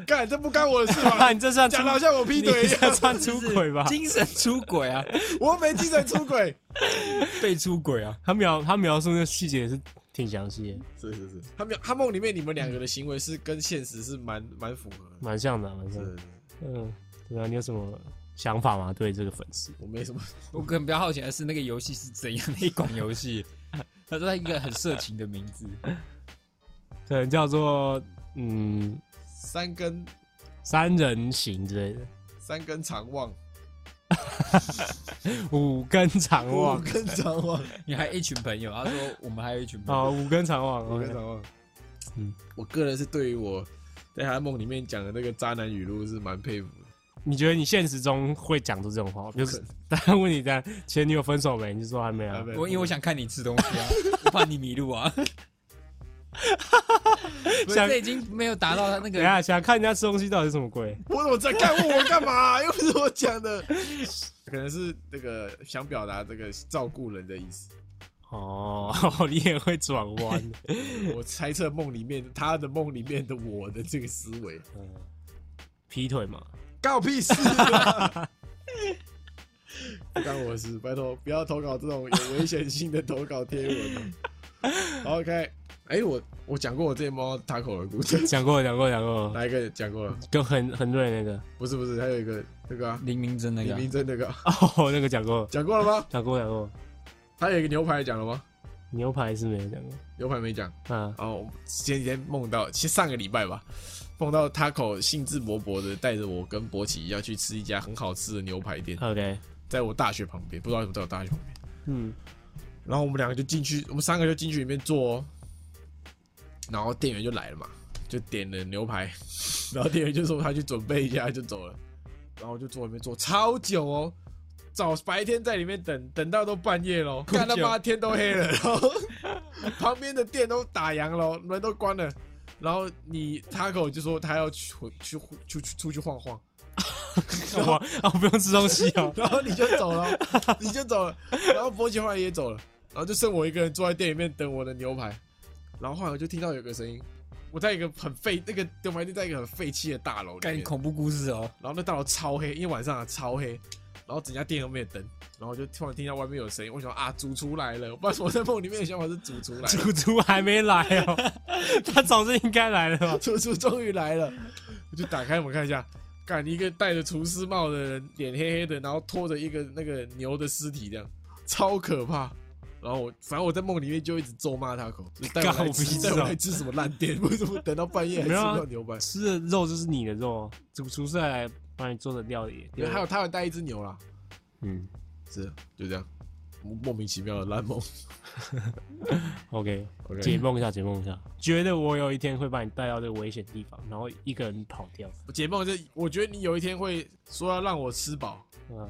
S3: 干，这不干我的事
S2: 啊，
S3: 吧？
S2: 你这算出
S3: 讲的好像我劈腿 一
S2: 你这
S3: 样，
S2: 算出轨吧？
S4: 精神出 轨啊，
S3: 我又没精神出轨。
S4: 被出轨啊，
S2: 他描他描述那细节也是挺详细的，
S3: 是是是，他没有，他梦里面你们两个的行为是跟现实是蛮蛮符合的。
S2: 蛮像的，啊蛮像的。
S3: 是，
S2: 嗯，对啊，你有什么想法吗？对这个粉丝？
S3: 我没什么。
S4: 我可能比较好奇的是那个游戏是怎样的一款游 戏。他说他一个很色情的名字，
S2: 对，叫做嗯
S3: 三根
S2: 三人行之类的，
S3: 三根长望，
S2: 五根长
S3: 五
S2: 望
S3: 根长望，
S4: 你还一群朋友，他说我们还有一群朋友，
S2: 哦，五根长望，
S3: 五根
S2: OK
S3: 长望。
S2: 嗯，
S3: 我个人是对于我在他梦里面讲的那个渣男语录是蛮佩服的。
S2: 你觉得你现实中会讲出这种话？就是
S3: 可
S2: 他问你在前女友分手没？你就说还没啊
S3: 还。没
S4: 我因为我想看你吃东西啊，我怕你迷路 啊。不是
S2: 想
S4: 这已经没有达到他那
S2: 等一
S4: 个，
S2: 下，哎想看人家吃东西到底是什么鬼？
S3: 我怎么在干问我干嘛？ 又不是我讲的，可能是那个想表达这个照顾人的意思。
S2: 哦，你也会转 弯。
S3: 我猜测梦里面他的梦里面的我的这个思维，
S2: 嗯劈腿嘛？
S3: 干我屁事、啊！不干我事，拜托不要投稿这种有危险性的投稿贴文。OK，哎、我我讲过我这猫打口的故事，
S2: 讲过，讲过，讲过，
S3: 哪一个讲过了？
S2: 就很很瑞那个。
S3: 不是不是，还有一个那个啊，
S4: 林明真那
S3: 李
S4: 个啊
S3: 明真那个啊，
S2: 哦， 那个讲过，
S3: 讲过了吗？
S2: 讲过，讲过。
S3: 还有一个牛排讲了吗？
S2: 牛排是没有讲过。
S3: 牛排没讲。
S2: 啊，
S3: 然后前几天梦到，其实上个礼拜吧，梦到 Taco 兴致勃勃的带着我跟博奇要去吃一家很好吃的牛排店，
S2: OK，
S3: 在我大学旁边，不知道为什么在我大学旁边。
S2: 嗯，
S3: 然后我们两个就进去，我们三个就进去里面坐、哦，然后店员就来了嘛，就点了牛排，然后店员就说他去准备一下就走了，然后我就坐里面坐超久哦，早白天在里面等，等到都半夜喽，看他妈天都黑了，然后旁边的店都打烊喽，门都关了，然后你他口就说他要去去去去出去晃晃，
S2: 我啊，不用吃东西哦。
S3: 然后你就走了，你就走了，然后博奇后来也走了，然后就剩我一个人坐在店里面等我的牛排，然后后来我就听到有个声音，我在一个很废那个牛排店在一个很废弃的大楼里
S4: 干
S3: 面，
S4: 恐怖故事哦，
S3: 然后那大楼超黑，因为晚上啊超黑，然后整家店都没有灯，然后我就突然听到外面有声音，我想啊主厨来了，我不知道我在梦里面的想法是主厨来了，
S2: 主厨还没来 哦， 他早就应该来了吧？哦
S3: 主厨终于来了，我就打开门看一下，干一个戴着厨师帽的人，脸黑黑的，然后拖着一个那个牛的尸体，这样超可怕。然后我反正我在梦里面就一直咒骂他口，就是带我
S2: 干
S3: 来
S2: 我不
S3: 吃，
S2: 知
S3: 带
S2: 道
S3: 我来吃什么烂店？ 为什么等到半夜还吃
S2: 没有
S3: 不
S2: 啊
S3: 到牛排？
S2: 吃的肉就是你的肉啊，主厨师来帮你做的料理。
S3: 因为还有他有带一只牛啦，
S2: 嗯
S3: 是啊就这样，莫名其妙的烂梦。
S2: ，OK，
S3: OK，
S2: 解梦一下，解梦一下。觉得我有一天会把你带到这个危险地方，然后一个人跑掉。
S3: 解梦这，我觉得你有一天会说要让我吃饱，
S2: 嗯，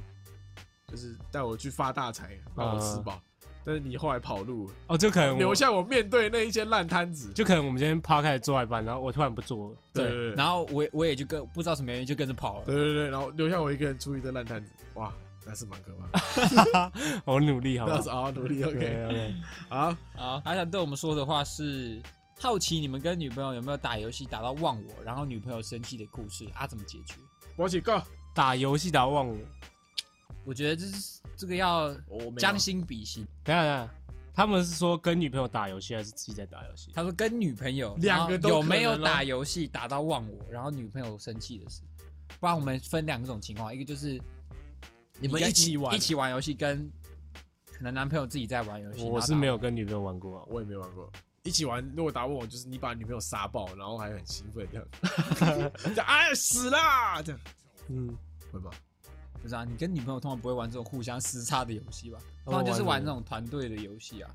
S3: 就是带我去发大财，让我吃饱。
S2: 啊
S3: 但是你后来跑路了，
S2: 哦，就可能我
S3: 留下我面对那一些烂摊子。
S2: 就可能我们今天趴开始做到一半，然后我突然不做了，
S3: 对对
S4: 对，
S3: 对
S4: 然后我也我也就跟不知道什么原因就跟着跑了。
S3: 对对对，然后留下我一个人处理这烂摊子，哇，那是蛮可怕 的。
S2: 我努力好不
S3: 那
S2: 好
S3: 是？啊，努力 OK，
S2: 对 OK，
S3: 好，
S4: 啊，还想对我们说的话是：好奇你们跟女朋友有没有打游戏打到忘我，然后女朋友生气的故事啊，怎么解决？
S3: 我起 Go，
S2: 打游戏打忘了。
S4: 我觉得这是这个要
S3: 我没有
S4: 将心比心。
S2: 等一下等一下，他们是说跟女朋友打游戏，还是自己在打游戏？
S4: 他说跟女朋友
S3: 两个都
S4: 然后有
S3: 可
S4: 没有
S3: 能哦
S4: 打游戏打到忘我，然后女朋友生气的事。不然我们分两种情况，一个就是
S3: 你们
S4: 跟
S3: 一起玩
S4: 一起玩游戏，跟可能男朋友自己在玩游戏。
S2: 我是没有跟女朋友玩过啊，
S3: 我也没玩过。一起玩，如果打问我，就是你把女朋友杀爆，然后还很兴奋这样，这样哎死啦这样，
S2: 嗯，
S3: 会吧？
S4: 不是啊，你跟女朋友通常不会玩这种互相厮杀的游戏吧？
S2: 哦
S4: 通常就是玩
S2: 玩
S4: 那种团队的游戏啊，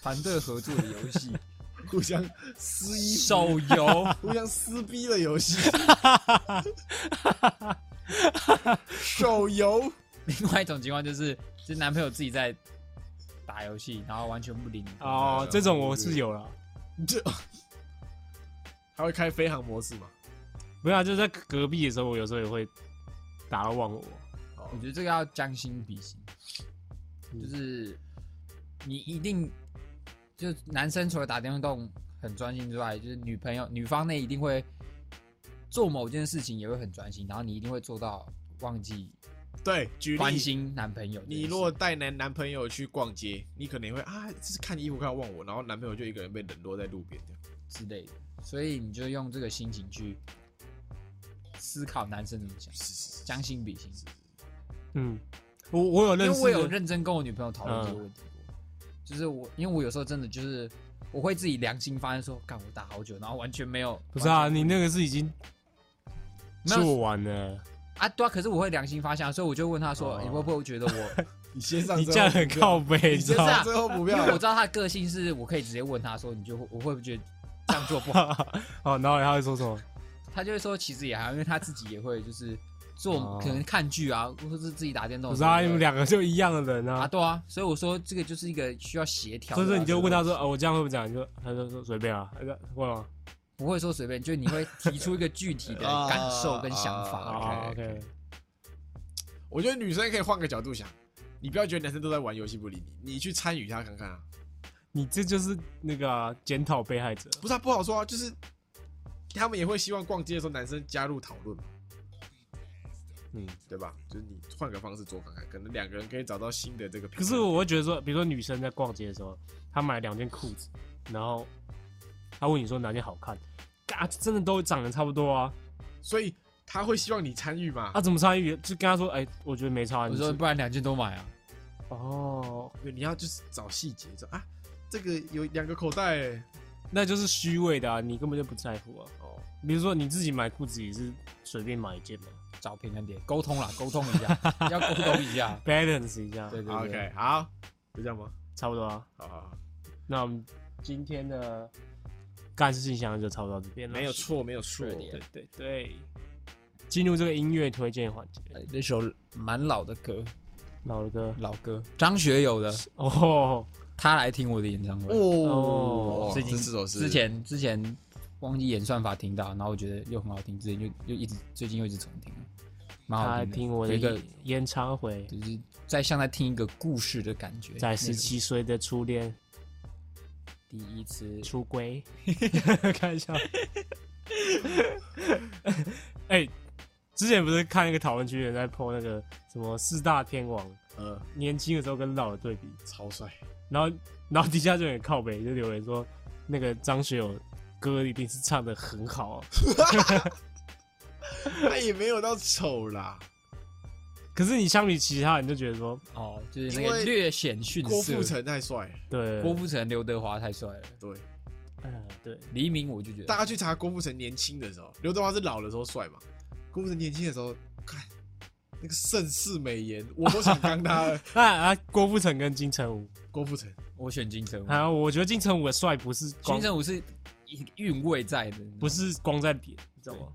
S4: 团队合作的 游戏，
S3: 互相撕衣服，
S4: 手游。
S3: 互相撕逼的游戏，手游。
S4: 另外一种情况就是，就是男朋友自己在打游戏，然后完全不理你。
S2: 哦，这种我是有了，
S3: 这他会开飞行模式吗？
S2: 没有啊，就是在隔壁的时候，我有时候也会打到忘我。
S3: 哦
S4: 我觉得这个要将心比心，
S2: 嗯
S4: 就是你一定就男生除了打电动很专心之外，就是女朋友女方那一定会做某件事情也会很专心，然后你一定会做到忘记
S3: 对，举
S4: 关
S3: 例，
S4: 心男朋友这件事。
S3: 你如果带男男朋友去逛街，你可能也会啊，就是看衣服看到忘我，然后男朋友就一个人被冷落在路边这样。
S4: 之类的，所以你就用这个心情去思考男生怎么想，
S3: 是是是
S4: 将心比心。
S2: 嗯，我我有
S4: 因
S2: 认
S4: 为
S2: 识
S4: 我有
S2: 的
S4: 认真跟我女朋友讨论这个问题过，就是我，因为我有时候真的就是我会自己良心发现说，干我打好久，然后完全没有，
S2: 不是啊，
S4: 完全
S2: 你那个是已经
S4: 没有
S2: 做完了，
S4: 啊，对啊，可是我会良心发现啊，所以我就问她说，
S2: 哦
S4: 你会不会觉得我？
S3: 你先上，
S2: 你这样很靠，背，
S3: 你
S2: 你知
S3: 先
S2: 道吗
S4: 不是啊
S3: 上最后补
S4: 因为
S3: 票
S4: 我。知道她的个性是我可以直接问她说，你就会我会不会觉得这样做 不好？
S2: 哦，然后他会说什么？
S4: 她就会说其实也还好，因为她自己也会就是做、
S2: 哦
S4: 可能看剧啊，或者是自己打电动
S2: 不
S4: 的
S2: 是
S4: 时候
S2: 啊，
S4: 也
S2: 你
S4: 会。
S2: 们两个就一样的人
S4: 啊，
S2: 啊。
S4: 对啊，所以我说这个就是一个需要协调
S2: 所
S4: 的啊。
S2: 以说你就问
S4: 这个
S2: 他说：“哦，我这样会不会讲？”你就他就说：“随便啊。”他就问啊。
S4: 不会说随便，就是你会提出一个具体的感受跟想
S3: 啊
S4: 法。
S2: 哦
S3: OK，OK
S2: ，OK，
S3: 我觉得女生可以换个角度想，你不要觉得男生都在玩游戏不理你，你去参与他看看啊。
S2: 你这就是那个啊检讨被害者。
S3: 不是、啊、不好说啊，就是他们也会希望逛街的时候男生加入讨论嘛，
S2: 嗯，
S3: 对吧？就是你换个方式做看看，可能两个人可以找到新的这个平
S2: 可
S3: 衡。
S2: 是我会觉得说，比如说女生在逛街的时候，她买了两件裤子，然后她问你说哪件好看，嘎，真的都长得差不多啊，
S3: 所以他会希望你参与嘛？
S2: 啊，怎么差异？就跟她说：“哎，我觉得没差。”
S4: 我
S2: 你
S4: 说
S2: 说
S4: 不然两件都买啊，：“
S2: 哦，
S3: 对你要就是找细节，找啊，这个有两个口袋欸、
S2: 那就是虚伪的啊，你根本就不在乎啊。”
S3: 哦，
S2: 比如说你自己买裤子也是随便买一件嘛
S4: 找平衡点，沟通啦，沟通一下，要沟通一下。
S2: ，balance 一下，
S4: 对
S3: 好
S4: 对对，
S3: OK，好，就这样吗？
S2: 差不多啊。
S3: 好好好，
S2: 那我们今天的干事信箱就差不多到这边了，
S3: 没有。错，没有错。
S4: 是的
S2: 对对对，进入这个音乐推荐环节，
S4: 呃那首蛮老的歌，
S2: 老哥
S4: 老歌，张学友的《
S2: 嗯哦，
S4: 他来听我的演唱会》。
S3: 哦，
S4: 最
S3: 最
S4: 近
S3: 近这首是
S4: 之前之前忘记演算法听到，然后我觉得又很好听，之前就又一直最近又一直重听，蛮
S2: 他
S4: 好
S2: 来
S4: 听的。
S2: 听我的
S4: 有一个
S2: 演唱会，
S4: 就是在像在听一个故事的感觉，
S2: 在
S4: 那
S2: 十
S4: 种
S2: 七岁的初恋
S4: 第一次
S2: 出 轨，开玩笑。 哎、之前不是看那个讨论区有人在 PO 那个什么四大天王
S3: 呃
S2: 年轻的时候跟老的对比，
S3: 超帅，
S2: 然后然后底下就有人靠北，就有人说啊那个张学友歌一定是唱的很好、哦，
S3: 他也没有到丑啦。
S2: 可是你相比其他人，就觉得说，
S4: 哦，就是那
S3: 因
S4: 个
S3: 为
S4: 略显逊色。
S3: 郭富城太帅了，
S2: 对，
S4: 郭富城、刘德华太帅了，
S3: 对，
S2: 嗯，对，
S4: 黎明我就觉
S3: 大
S4: 得
S3: 家去查郭富城年轻的时候，刘德华是老的时候帅嘛？郭富城年轻的时候，看那个盛世美颜，我都想当他 了。
S2: 那啊，郭富城跟金城武，
S3: 郭富城，
S4: 我选金城武，
S2: 啊，我觉得金城武的帅不是光
S4: 嗯金城武是韵味在的，
S2: 不是光在脸，你知道吗？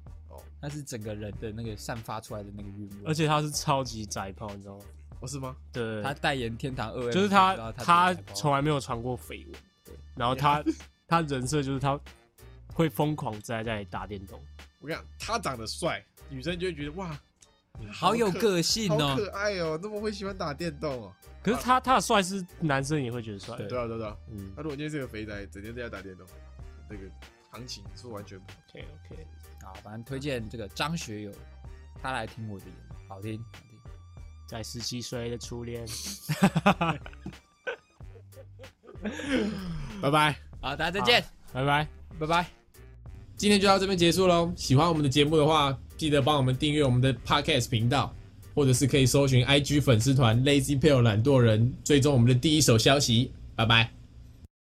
S4: 他是整个人的那个散发出来的那个韵味
S2: 而。且他是超级宅炮，你知道吗？
S3: 哦是吗？
S2: 对，
S4: 他代言天堂二，
S2: 就是他，他
S4: 多
S2: 从来没有传过绯闻，然后 他他人设就是他会疯狂在家里打电动，
S3: 我跟你讲，他长得帅，女生就会觉得哇，
S4: 好有
S3: 可
S4: 个性
S3: 好
S4: 哦。
S3: 可爱哦，那么会喜欢打电动哦。
S2: 可是他他的帅是男生也会觉得帅，
S4: 啊对
S3: 对啊，对啊对啊。
S2: 嗯
S3: 那如果今天是个肥宅，整天在家打电动，那个行情是完全不同。
S2: ，OK OK，
S4: 好，反正推荐这个张学友，他来听我的，好听，好听。
S2: 在十七岁的初恋，
S3: 嗯拜拜。
S4: 好，大家再见，
S2: 拜拜。
S4: 拜拜。
S3: 今天就到这边结束喽。喜欢我们的节目的话，记得帮我们订阅我们的 Podcast 频道，或者是可以搜寻 IG 粉丝团 Lazy p a l e 懒惰人，追踪我们的第一手消息。拜拜。